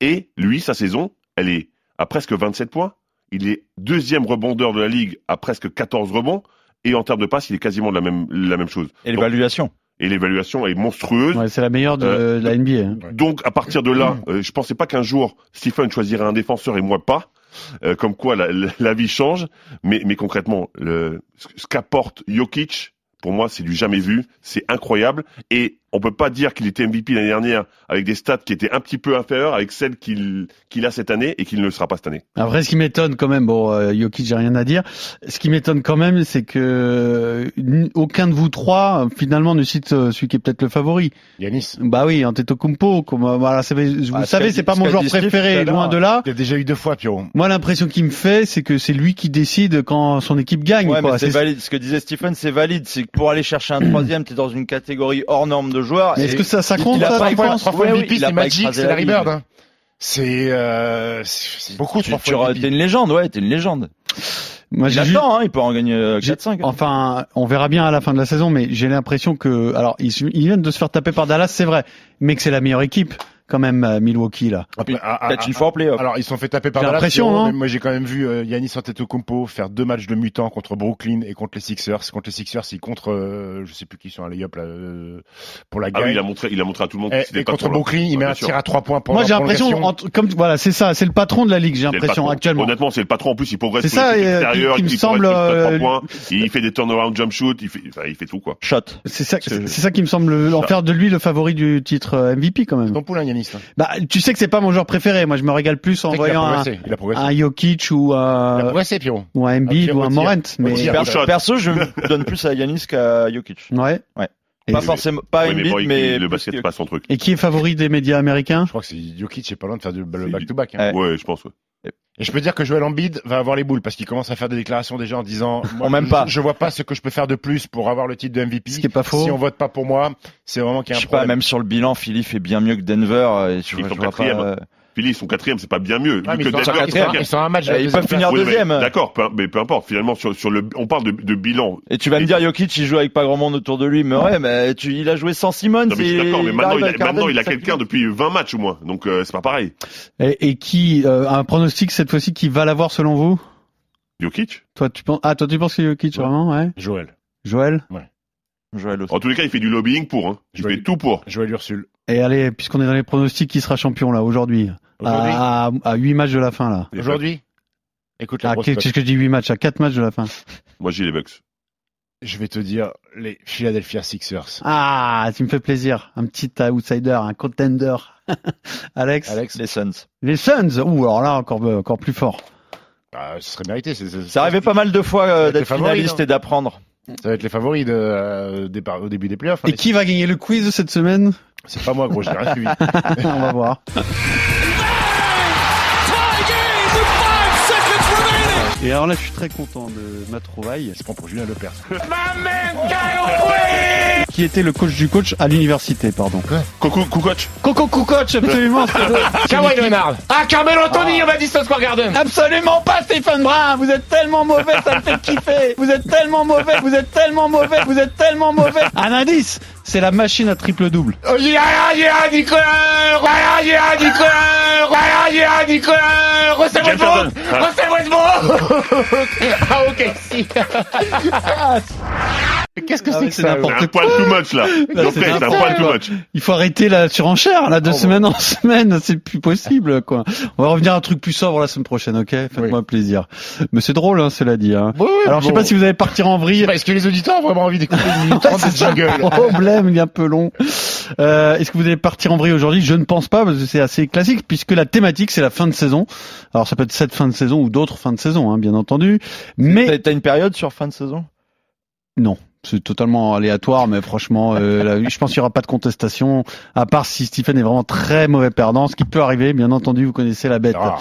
Et lui, sa saison, elle est à presque 27 points. Il est deuxième rebondeur de la ligue à presque 14 rebonds. Et en termes de passes, il est quasiment de la même, la même chose.
Et l'évaluation.
Et l'évaluation est monstrueuse.
Ouais, c'est la meilleure de,
Euh,
de la NBA. hein.
Donc à partir de là, euh, je pensais pas qu'un jour Stephen choisirait un défenseur et moi pas. Euh, comme quoi la, la- la vie change, mais, mais concrètement, le, ce ce qu'apporte Jokic, pour moi, c'est du jamais vu, c'est incroyable, et on peut pas dire qu'il était MVP l'année dernière avec des stats qui étaient un petit peu inférieures avec celles qu'il qu'il a cette année et qu'il ne le sera pas cette année.
Après, ce qui m'étonne quand même, bon, euh, Jokic, j'ai rien à dire. Ce qui m'étonne quand même, c'est que euh, aucun de vous trois, euh, finalement, ne cite euh, celui qui est peut-être le favori.
Yanis.
Bah oui, Antetokounmpo. Comme, euh, voilà, c'est- vous
Ah, ce
savez,
qu'a
c'est
dit-
pas
ce
mon
qu'a
joueur
dit Steve
préféré,
tout à
loin
l'heure,
de là.
hein.
Il y a déjà eu deux fois, Pierrot.
Moi, l'impression qu'il me fait, c'est que c'est lui qui décide quand son équipe gagne.
Ouais,
quoi.
mais c'est
C'est-
valide. Ce que disait Stephen, c'est valide. C'est que pour aller chercher un troisième, t'es dans une catégorie hors norme de joueurs.
Mais est-ce que ça- ça
Il-
compte,
il a
ça,
pas
trois fois-
écrasé-
trois
Trois
Ouais,
fois
oui,
MVP,
il a
c'est
pas
Magic,
écrasé
c'est
la
Larry
ligue.
Bird. hein. C'est euh, c'est- c'est beaucoup
Tu-
trois
tu
fois
auras-
MVP.
T'es une légende, ouais, t'es une légende.
Moi,
il
j'ai
attend,
juste-
hein, il peut en gagner euh,
J'ai-
4-5.
Enfin, on verra bien à la fin de la saison, mais j'ai l'impression que, alors, ils, se- ils viennent de se faire taper par Dallas, c'est vrai, mais que c'est la meilleure équipe quand même, euh, Milwaukee là.
Ah, Peut-être une fois en playoff.
Alors, ils se sont fait taper par
J'ai
Dallas,
l'impression,
Pierrot,
non
mais Moi, j'ai quand même vu euh, Yanis Antetokounmpo faire deux matchs de mutants contre Brooklyn et contre les Sixers. Contre les Sixers, il contre, euh, je sais plus qui sur un lay-up là, euh, pour la
Ah
gagne.
oui, il a montré, il a montré à tout le monde.
Et-
qu'il était
Eh, et
pas
contre
trop loin.
Brooklyn, il
Ouais,
met
bien
un
sûr.
tir à trois points pour
Moi,
la
j'ai l'impression,
prolongation.
entre- comme voilà, c'est ça, c'est le patron de la ligue, j'ai
C'est le
l'impression
patron.
actuellement.
Honnêtement, c'est le patron. En plus, il progresse
C'est
sur les
ça,
trucs
et, euh,
extérieurs,
qui- qui me
il progresse
semble,
sur les
euh,
trois points, il fait des turnaround jump shoot, il fait, enfin, il fait tout quoi.
Shot.
C'est ça, c'est c'est ça qui me semble en faire de lui le favori du titre euh, MVP quand même.
Ton poulain, Yanis. hein.
Bah, tu sais que c'est pas mon joueur préféré. Moi, je me régale plus en
C'est vrai qu'il a
voyant un,
progressé, il a progressé.
un Jokic ou
Il a
un,
progressé, Pierrot.
ou un Embiid
Ah,
ou un
au tir.
Morant.
Au
Mais
tir.
Perso, perso, je me donne plus à Yanis qu'à Jokic.
ouais.
Ouais.
Et-
pas forcément, pas
Oui,
une
mais
bite,
bon, il-
mais.
le basket c'est pas son truc.
Et qui est favori des médias américains
Je crois que c'est Jokic est pas loin de faire du, le back-to-back. hein.
Ouais, je pense. ouais.
Et je peux dire que Joel Embiid va avoir les boules parce qu'il commence à faire des déclarations déjà en disant moi,
m'aime
je-
pas.
Je vois pas ce que je peux faire de plus pour avoir le titre de MVP.
Ce qui est pas faux.
Si on vote pas pour moi, c'est vraiment qu'il y
Je
a un
sais pas,
problème.
même sur le bilan, Philly fait bien mieux que Denver. euh, Je,
Ils
je
sont
vois pas.
quatrième.
euh,
Philly, ils sont quatrième, c'est pas bien mieux.
Ouais,
vu
Ah, mais
que
ils sont-
Denver
ils sont-
est quatrième.
ils sont à un match de la
Ils
deuxième
peuvent
place.
finir
Oui, mais
deuxième.
D'accord, peu- mais peu importe. Finalement, sur, sur le, on parle de, de bilan.
Et tu vas me dire, Jokic, il joue avec pas grand monde autour de lui, mais ouais, mais tu, il a joué sans Simmons.
Non, mais je suis
et
d'accord, mais
il
maintenant,
arrive
il a,
avec Harden,
maintenant, il a
ça
quelqu'un
cumule.
depuis 20 matchs au moins. Donc, euh, c'est pas pareil.
Et, et qui euh, un pronostic cette fois-ci qui va l'avoir selon vous
Jokic
Toi, tu penses Ah, toi, tu penses que c'est Jokic vraiment Ouais.
Joel.
Joël.
Ouais.
En tous les cas, il fait du lobbying pour. Hein. Il fait tout pour.
Joël Ursule.
Et allez, puisqu'on est dans les pronostics, qui sera champion là aujourd'hui
Aujourd'hui
à, à, 8 matchs de la fin là.
Aujourd'hui Écoute la
Ah,
grosse
qu'est-
cote.
Qu'est-ce que je dis 8 matchs À 4 matchs de la fin.
Moi, j'ai les Bucks.
Je vais te dire les Philadelphia Sixers.
Ah, tu me fais plaisir. Un petit outsider, un contender. Alex
Les Suns.
Les Suns Ouh, alors là, encore, euh, encore plus fort.
Bah, ce serait mérité. c'est- c'est-
Ça arrivait pas mal de fois euh,
être les
d'être
favoris, hein.
finaliste
non
et d'apprendre.
Ça va être les favoris de, euh, des par- au début des playoffs. hein,
Et
les-
qui va gagner le quiz de cette semaine
C'est pas moi, gros, j'ai rien suivi.
On va voir. Et alors là, je suis très content de ma trouvaille.
Je prends pour Julien Lepers.
Qui était le coach du coach à l'université, pardon.
Coucou, coucoche.
Coco Koukoc, absolument.
Kawhi Leonard.
Ah, Carmelo Anthony,
Ah.
on m'a dit Madison Square Garden. Absolument pas, Stéphane Brun. Vous êtes tellement mauvais, ça me fait kiffer. Vous êtes tellement mauvais, vous êtes tellement mauvais, vous êtes tellement mauvais. Un indice, c'est la machine à triple double.
Yeah, yeah, Nicolas Yeah, yeah, Nicolas Yeah, yeah, Nicolas Russell
James
Westbrook
Harden. Ah.
Russell Westbrook Ah, ok, si Qu'est-ce que
Ah
c'est
ouais,
que
c'est
ça
n'importe
ouais
quoi.
Pas too much, là.
Là,
Donc,
c'est
t'as
n'importe
pas too
quoi.
much.
Il faut arrêter la surenchère, là, de
Oh,
semaine en semaine. C'est plus possible, quoi. On va revenir à un truc plus sobre la semaine prochaine, ok? Faites-moi plaisir. Mais c'est drôle, hein, cela dit, hein.
Oui, oui,
Alors, je sais
bon.
pas si vous allez partir en vrille.
Bah, Est-ce que les auditeurs ont vraiment envie d'écouter une minute
Ouais,
trente
c'est
de
ça
jungle
le problème, il est un peu long. Euh, Est-ce que vous allez partir en vrille aujourd'hui Je ne pense pas, parce que c'est assez classique, puisque la thématique, c'est la fin de saison. Alors, ça peut être cette fin de saison ou d'autres fins de saison, hein, bien entendu. Mais
T'as- T'as une période sur fin de saison
non, c'est totalement aléatoire, mais franchement, euh, là, je pense qu'il n'y aura pas de contestation, à part si Stephen est vraiment très mauvais perdant, ce qui peut arriver, bien entendu, vous connaissez la bête.
Ah.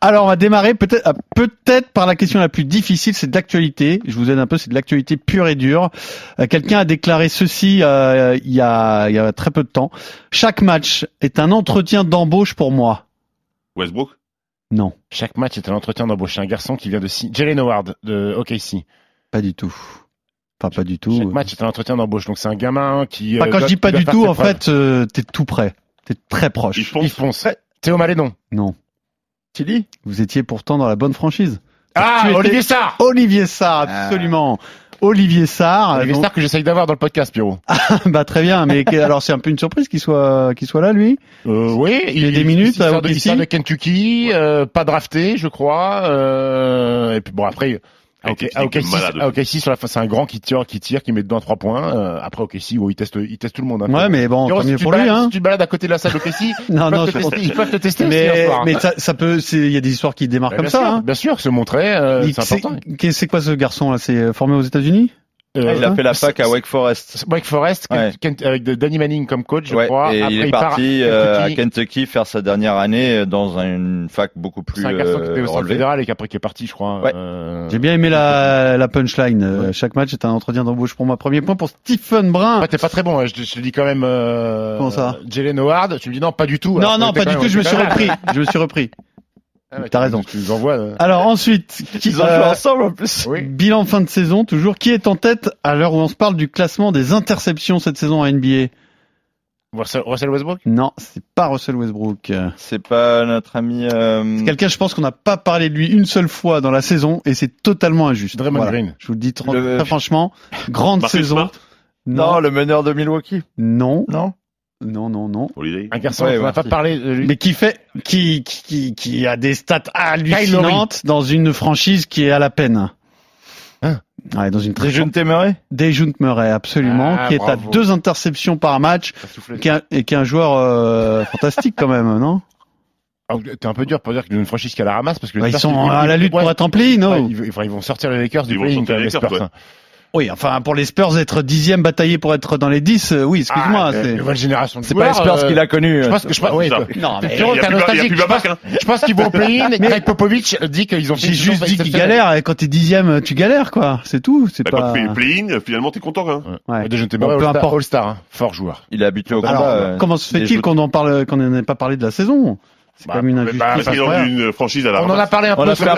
Alors, on va démarrer peut-être ah, peut-être par la question la plus difficile, c'est de l'actualité. Je vous aide un peu, c'est de l'actualité pure et dure. Euh, Quelqu'un a déclaré ceci euh, il, y a, il y a très peu de temps. Chaque match est un entretien d'embauche pour moi.
Westbrook.
Non,
Chaque match est un entretien d'embaucher un garçon qui vient de signer... Jalen Howard, de OKC.
pas du tout. Enfin, pas du
Chaque
tout.
match est un entretien d'embauche, donc c'est un gamin qui...
Enfin,
euh,
quand je
doit-
dis pas
qui
du
doit faire
tout,
ses
en
preuves.
fait, euh, t'es tout près. T'es très
Il
proche.
Il
fonce.
fonce. Théo Malédon.
Non.
Chili
Vous étiez pourtant dans la bonne franchise.
Ah,
Tu étais-
Olivier Sarr
Olivier Sarr, absolument. Olivier Sarr.
Ah, Olivier
donc-
Sarr que j'essaye d'avoir dans le podcast, Pierrot.
bah très bien, mais que- alors c'est un peu une surprise qu'il soit qu'il soit là lui.
Euh, oui, il,
des minutes hein,
il sort,
à
de, il
OKC.
sort de Kentucky, euh, pas drafté, je crois. Euh, et puis bon après, à
OKC,
OKC, à
c'est malade.
OKC, à OKC, sur la fin, c'est un grand qui tire, qui tire, qui met dedans trois points. Euh, après OKC, où il teste, il teste tout le monde. hein.
Ouais, mais bon,
Pierrot,
tant
si
mieux
tu
pour
te
lui
balades-
hein. Ah,
Si tu te balades à côté de la salle d'OKC,
Non,
ils,
non,
peuvent te
je
tester, ils peuvent te tester. aussi,
Mais
hein, ce soir.
mais ça, ça peut, c'est il y a des histoires qui démarrent
Bah,
comme
bien
ça.
sûr,
hein.
Bien sûr, se montrer, euh,
Il-
c'est
c'est-
important.
qu'est- C'est quoi ce garçon là C'est euh, formé aux États-Unis
Euh,
Il a fait la
c'est-
fac à Wake Forest.
Wake Forest, Ken-
Ouais.
Ken- avec Danny Manning comme coach, je
Ouais,
crois.
et
Après,
il est
part
parti euh, à
Kentucky.
Kentucky faire sa dernière année dans une fac beaucoup plus
C'est un garçon qui était
euh,
au centre
relevée.
fédéral et qu'après qui est parti, je crois.
Ouais.
Euh,
J'ai bien aimé la, la punchline. Euh, Chaque match est un entretien d'embauche pour moi. Premier point pour Stephen Brun.
Ouais, t'es pas très bon, hein, je te, je te dis quand même. Euh,
Comment ça
Jalen Howard, tu me dis non, pas du tout.
non,
alors que
non,
t'es
pas
quand
du
même-
tout. Je me suis
Ah,
repris. Je me suis repris.
ouais,
T'as
tu-
raison.
Tu nous envoies. euh,
Alors ensuite, qui,
Ils ont joué
euh,
ensemble en plus.
Oui.
bilan fin de saison toujours. Qui est en tête à l'heure où on se parle du classement des interceptions cette saison à NBA
Russell, Russell Westbrook
Non, c'est pas Russell Westbrook.
C'est pas notre ami. euh,
C'est quelqu'un, je pense qu'on n'a pas parlé de lui une seule fois dans la saison et c'est totalement injuste.
Draymond
Voilà.
Green.
Je vous le dis tran-
Le-
très franchement, grande
Marcus
saison.
Smart.
Non,
Non,
le meneur de Milwaukee.
non,
Non.
non, non, non.
Holiday.
Un garçon,
Ouais,
on n'a
merci.
pas parlé de lui.
Mais qui fait, qui, qui, qui, qui a des stats hallucinantes dans une franchise qui est à la peine.
Hein
Ouais, dans une très
Jeune
jeune
Temeray
Dejounte Murray, absolument,
Ah,
qui est
bravo.
à deux interceptions par match,
T'as soufflé.
qui est un- et qui est un joueur euh, fantastique quand même, non
Ah, T'es un peu dur pour dire qu'ils ont une franchise qui a la ramasse parce que les
Bah, Ils
Spurs,
sont à la lutte
ouais,
pour être en play, non
ouais, ils, enfin, ils vont sortir les Lakers du
Ils vont
play-in
sortir
quand même,
les
les
Lakers,
Spurs.
ouais.
hein.
Oui, enfin pour les Spurs être dixième, bataillé pour être dans les 10, euh, oui, excuse-moi.
Ah, euh,
c'est-
Nouvelle génération de
C'est pas les
joueurs,
Spurs
euh,
qu'il a connu.
Je pense que je pense.
Ouais,
ouais,
c'est ça.
non, mais
Pierrot,
Il
Ah, t'as
y a plus Ba- il y a
nostalgique.
plus
Je pense-
Babac, hein.
Je pense qu'ils vont au play-in. Greg Popovich dit qu'ils ont bah,
J'ai
fait une
juste
saison
dit qu'il
exceptionnelle.
galère, et quand t'es dixième, tu galères, quoi. C'est tout, c'est
Bah,
pas...
Quand tu fais les play-in, euh, finalement, t'es content, hein.
Ouais.
Ouais. Déjà, t'es
Bon,
pas
peu
All-Star,
importe.
All-Star, hein. fort joueur.
Il est habitué au combat.
bah,
Alors,
euh,
comment se
des
fait-il
joutes.
qu'on en parle, qu'on n'ait pas parlé de la saison C'est comme une injustice.
parce qu'ils ont une franchise à la
On en a parlé un peu. sur- on a-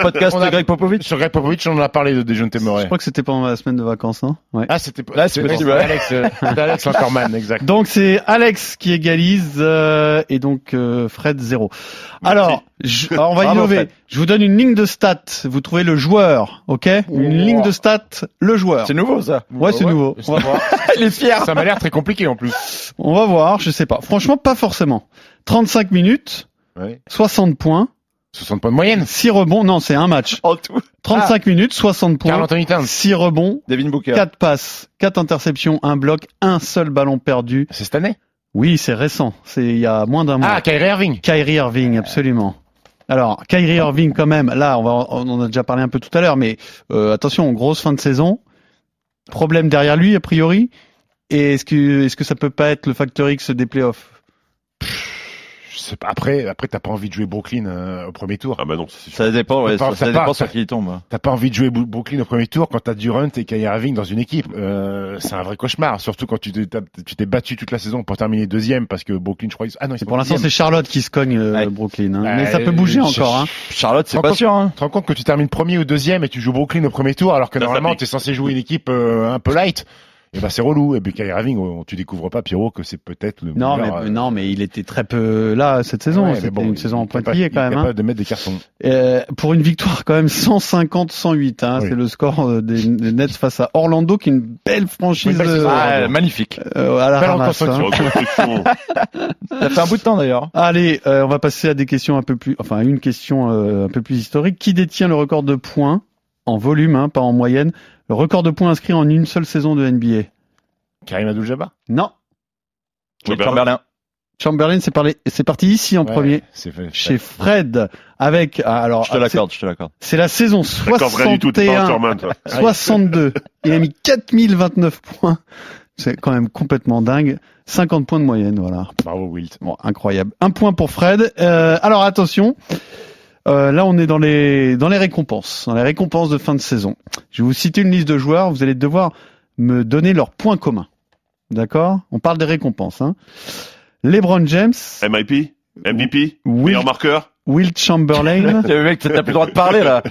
Popovich.
Sur Greg Popovich, on en a parlé de Dejounte Murray.
Je crois que c'était pendant la semaine de vacances, non ouais.
Ah, c'était
Là, c'est possible, ouais.
Alex, euh, c'était Alex Ancorman, exact.
Donc c'est Alex qui égalise euh, et donc euh, Fred zéro. Alors, je- alors, on va
Bravo,
innover.
Fred.
Je vous donne une ligne de stats. Vous trouvez le joueur, ok Une ligne de stats, le joueur.
C'est nouveau, ça
Ouais, c'est nouveau. On va voir.
Il est fier.
Ça m'a l'air très compliqué en plus.
On va voir. Je sais pas. Franchement, pas forcément. 35 minutes,
Ouais.
60 points,
60 points de moyenne.
6 rebonds. Non, c'est un match.
En tout.
35 minutes, 60
Ah. Carl
points,
Anthony Towns.
6 rebonds,
Devin Booker.
4 passes, 4 interceptions, 1 bloc, un seul ballon perdu.
C'est cette année.
Oui, c'est récent. C'est il y a moins d'un mois.
Ah, Kyrie Irving.
Kyrie Irving, absolument. Alors, Kyrie Irving, quand même, là, on, va, on en a déjà parlé un peu tout à l'heure, mais euh, attention, grosse fin de saison. Problème derrière lui, a priori. Et est-ce que, est-ce que ça peut pas être le facteur X des playoffs
Je sais pas. Après, après, t'as pas envie de jouer Brooklyn euh, au premier tour.
Ah bah non, c'est sûr.
Ça dépend,
Ça
ouais,
part-
ça, ça
ça
dépend
part.
sur qui il tombe.
T'as pas envie de jouer Bo- Brooklyn au premier tour quand t'as Durant et Kyrie Irving dans une équipe. Euh, c'est un vrai cauchemar, surtout quand tu t'es, t'as- tu t'es battu toute la saison pour terminer deuxième parce que Brooklyn, je crois, ils- ah non, ils
C'est
sont
Pour l'instant, c'est
dixième.
Charlotte qui se cogne euh,
Ouais.
Brooklyn. hein.
Euh,
Mais ça peut bouger
je-
encore. Hein.
Charlotte, c'est
Par
pas
contre-
sûr, hein.
Tu te rends compte que tu termines premier ou deuxième et tu joues Brooklyn au premier tour alors que
Ça, ça
normalement
pique.
t'es censé jouer une équipe euh, un peu light. Et ben c'est relou. Et puis Kyrie Irving, on- tu découvres pas Pierrot que c'est peut-être le
Non, mais,
meilleur, euh,
non, mais il était très peu là cette saison.
ouais, mais
C'était
bon,
une
il-
saison en
il est
pointillé
capable-
quand
il est
même. hein.
capable de mettre des cartons.
Euh, pour une victoire quand même 150-108. Hein,
Oui.
C'est le score euh, des, des Nets face à Orlando, qui est une belle franchise
Une belle saison,
euh,
Ah,
Ah,
bon.
magnifique.
euh, à la
Belle
ramasse.
reconstruction.
hein.
Reconstruction.
Ça fait un bout de temps d'ailleurs.
Allez, euh, on va passer à des questions un peu plus, enfin à une question euh, un peu plus historique. Qui détient le record de points en volume, hein, pas en moyenne, le record de points inscrit en une seule saison de NBA
Karim Abdul-Jabbar.
Non,
Oui,
Chamberlain.
Chamberlain.
Chamberlain, c'est parlé- c'est parti ici en
Ouais,
premier
C'est fait.
chez Fred avec ah, alors
Je te
ah, c'est-
l'accorde, je te l'accorde.
c'est la saison
D'accord, vrai du tout, t'es pas un
61
Thurman, toi.
62. Il a mis 4029 points. C'est quand même complètement dingue. 50 points de moyenne, voilà.
Bravo Wilt.
Bon, incroyable. Un point pour Fred. Euh, alors attention, Euh, là on est dans les dans les récompenses, dans les récompenses de fin de saison. Je vais vous citer une liste de joueurs. Vous allez devoir me donner leurs points communs. D'accord On parle des récompenses. Hein. LeBron James,
MIP MVP
Will,
Eh, Meilleur marqueur
Will Chamberlain,
Le mec, t'as plus le droit de parler là.
Ah,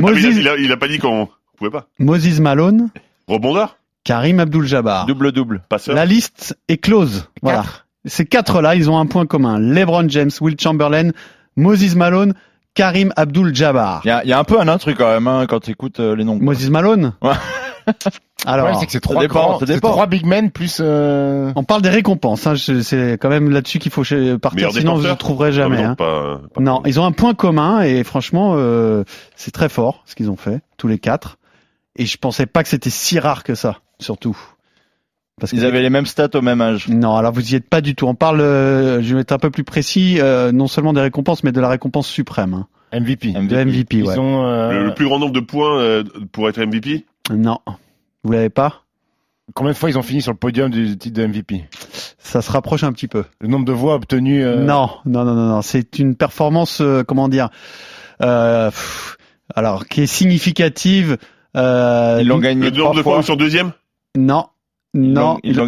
mais il, a,
Moses,
il a- il a pas dit qu'on pouvait pas.
Moses Malone,
Rebondeur Ah,
Karim Abdul-Jabbar.
Double double.
Passeur
La liste est close. Voilà. Ces quatre-là, ils ont un point commun. LeBron James, Will Chamberlain, Moses Malone, Karim Abdul-Jabbar.
Il y a, il y a un peu un intrus quand même hein, quand t'écoutes euh, les noms.
Moses Malone
Ouais.
Le
Alors,
problème, c'est que c'est
ça
trois
dépend,
grands,
ça
c'est
dépend.
trois big men plus. euh,
on parle des récompenses. Hein. je- C'est quand même là-dessus qu'il faut chez- partir,
Meilleur
sinon vous ne
défenseur
trouverez
Non,
jamais.
mais non,
hein.
pas- euh, pas-
Non, ils ont un point commun et franchement, euh, c'est très fort ce qu'ils ont fait, tous les quatre. Et je pensais pas que c'était si rare que ça, surtout. Parce
Ils avaient les mêmes stats au même âge.
Non, alors vous y êtes pas du tout. On parle, euh, je vais être un peu plus précis, euh, non seulement des récompenses, mais de la récompense suprême. hein.
MVP.
De MVP,
Ils
ouais.
ont. euh,
Le, le plus grand nombre de points euh, pour être MVP
Non. Vous l'avez pas
Combien de fois ils ont fini sur le podium du titre de MVP
Ça se rapproche un petit peu.
Le nombre de voix obtenues. euh,
Non, non, non, non, non. C'est une performance, euh, comment dire, euh, pff, alors, qui est significative. Euh,
Ils l'ont
d'une-
gagné
Le
trois
nombre de fois où
fois.
ils sont deuxième
Non,
Ils
non,
l'ont- ils l'ont-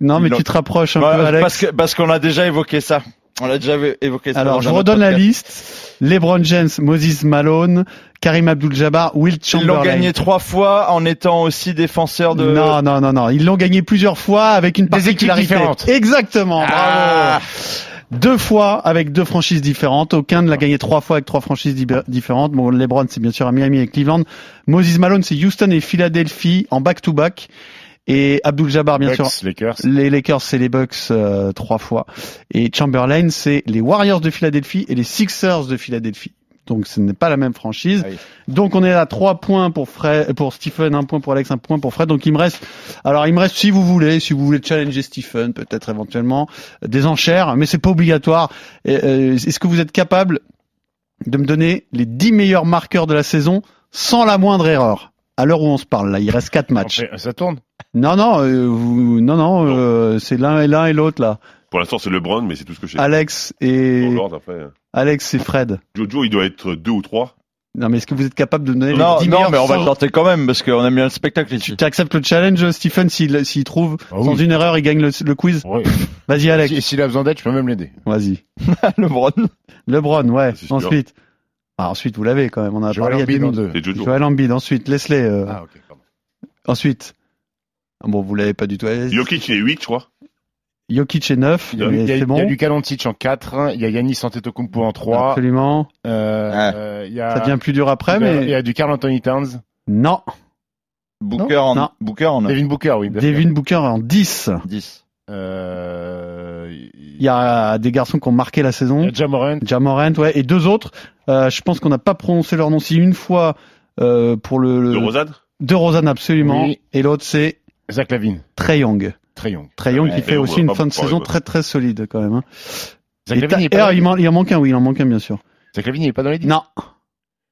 non, mais
ils l'ont-
tu te rapproches un
Bah,
peu, Alex.
Parce que parce qu'on a déjà évoqué ça. On l'a déjà évoqué ça.
Alors,
dans
je
un autre
redonne la
podcast.
liste. LeBron James, Moses Malone, Karim Abdul-Jabbar, Will
Ils l'ont
Chamberlain.
gagné trois fois en étant aussi défenseur de.
Non, non, non, non. Ils l'ont gagné plusieurs fois avec une
Des équipes
particularité.
différentes.
Exactement.
Ah.
Bravo. Deux fois avec deux franchises différentes. Aucun ne l'a gagné trois fois avec trois franchises di- différentes. Bon, LeBron, c'est bien sûr à Miami et Cleveland. Moses Malone, c'est Houston et Philadelphie en back-to-back. Et Abdul-Jabbar, bien
Bucks,
sûr.
Lakers.
Les Lakers, c'est les Bucks euh, trois fois. Et Chamberlain, c'est les Warriors de Philadelphie et les Sixers de Philadelphie. Donc ce n'est pas la même franchise.
Ah oui.
Donc on est à trois points pour Fred, pour Stephen, un point pour Alex, un point pour Fred. Donc il me reste, alors il me reste si vous voulez, si vous voulez challenger Stephen, peut-être éventuellement des enchères, mais c'est pas obligatoire. Et, euh, Est-ce que vous êtes capable de me donner les 10 meilleurs marqueurs de la saison sans la moindre erreur À l'heure où on se parle, là, il reste quatre matchs.
Après, Ça tourne.
Non, non, euh, vous- non, non, euh, c'est l'un et l'un et l'autre là.
Pour l'instant, c'est LeBron, mais c'est tout ce que j'ai.
Alex
Dans
et
l'ordre, après. euh,
Alex et Fred.
Jojo, il doit être deux ou trois.
Non, mais est-ce que vous êtes capable de donner
Non,
les 10
non,
meilleurs
mais on va
sans-
le tenter quand même parce qu'on aime bien le spectacle ici.
Tu acceptes le challenge, Stephen, s'il s'il trouve
Ah
oui.
sans une erreur, il gagne le, le quiz Vas-y, Alex.
Et s'il a besoin d'aide, je peux même l'aider.
Vas-y.
Lebron.
Lebron, ouais.
sûr.
Ensuite. Ah, ensuite, vous l'avez quand même, on en a
Joel
parlé il y Ah, a 10
Embiid en
minutes.
deux. C'est Jojo.
Joel Embiid, ensuite, Leslie. euh,
Ah, ok, pardon.
Ensuite. Ah Bon, vous l'avez pas du tout.
Jokic, il est 8, je crois.
Jokic est 9,
Il y a, il y a-
c'est
il y a
bon.
Luka Doncic en 4, il y a Yanis Antetokounmpo en 3.
Absolument.
Ah.
Euh, il y a-
Ça devient plus dur après,
il y a- Il y
mais
a du Carl Anthony Towns.
non.
Booker
Non.
en
Non.
Booker en
Devin Booker, oui. bien sûr.
Devin Booker en 10.
10.
Euh,
Il y a des garçons qui ont marqué la saison.
il y a Jamorant.
Jamorant, ouais, et deux autres. Euh, je pense qu'on n'a pas prononcé leur nom si une fois euh, pour le,
De Rosade
de Rosanne absolument,
Oui.
et l'autre c'est
Zach Lavine.
Trey Young.
Très young.
Trey Young qui
Ouais.
fait
Trae Young, on
aussi
va
une
pas
fin de
parler,
saison
ouais.
très très solide quand même. Hein.
Zach
Et ta-
Lavine, il est
et
pas dans
il,
les-
en, il en manque un, oui, il en manque un bien sûr.
Zach Lavine, il est pas dans les 10.
Non,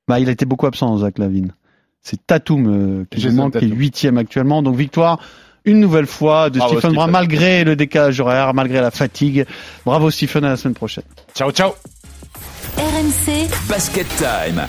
bah il a été beaucoup absent, Zach Lavine. C'est Tatum euh, qui
Jason
nous manque, qui est
Tatum.
huitième actuellement, donc victoire. Une nouvelle fois de
Bravo,
Stephen Brown,
Stephen.
malgré le décalage horaire, malgré la fatigue. Bravo Stephen, à la semaine prochaine.
Ciao, ciao.
RMC,
Basket Time.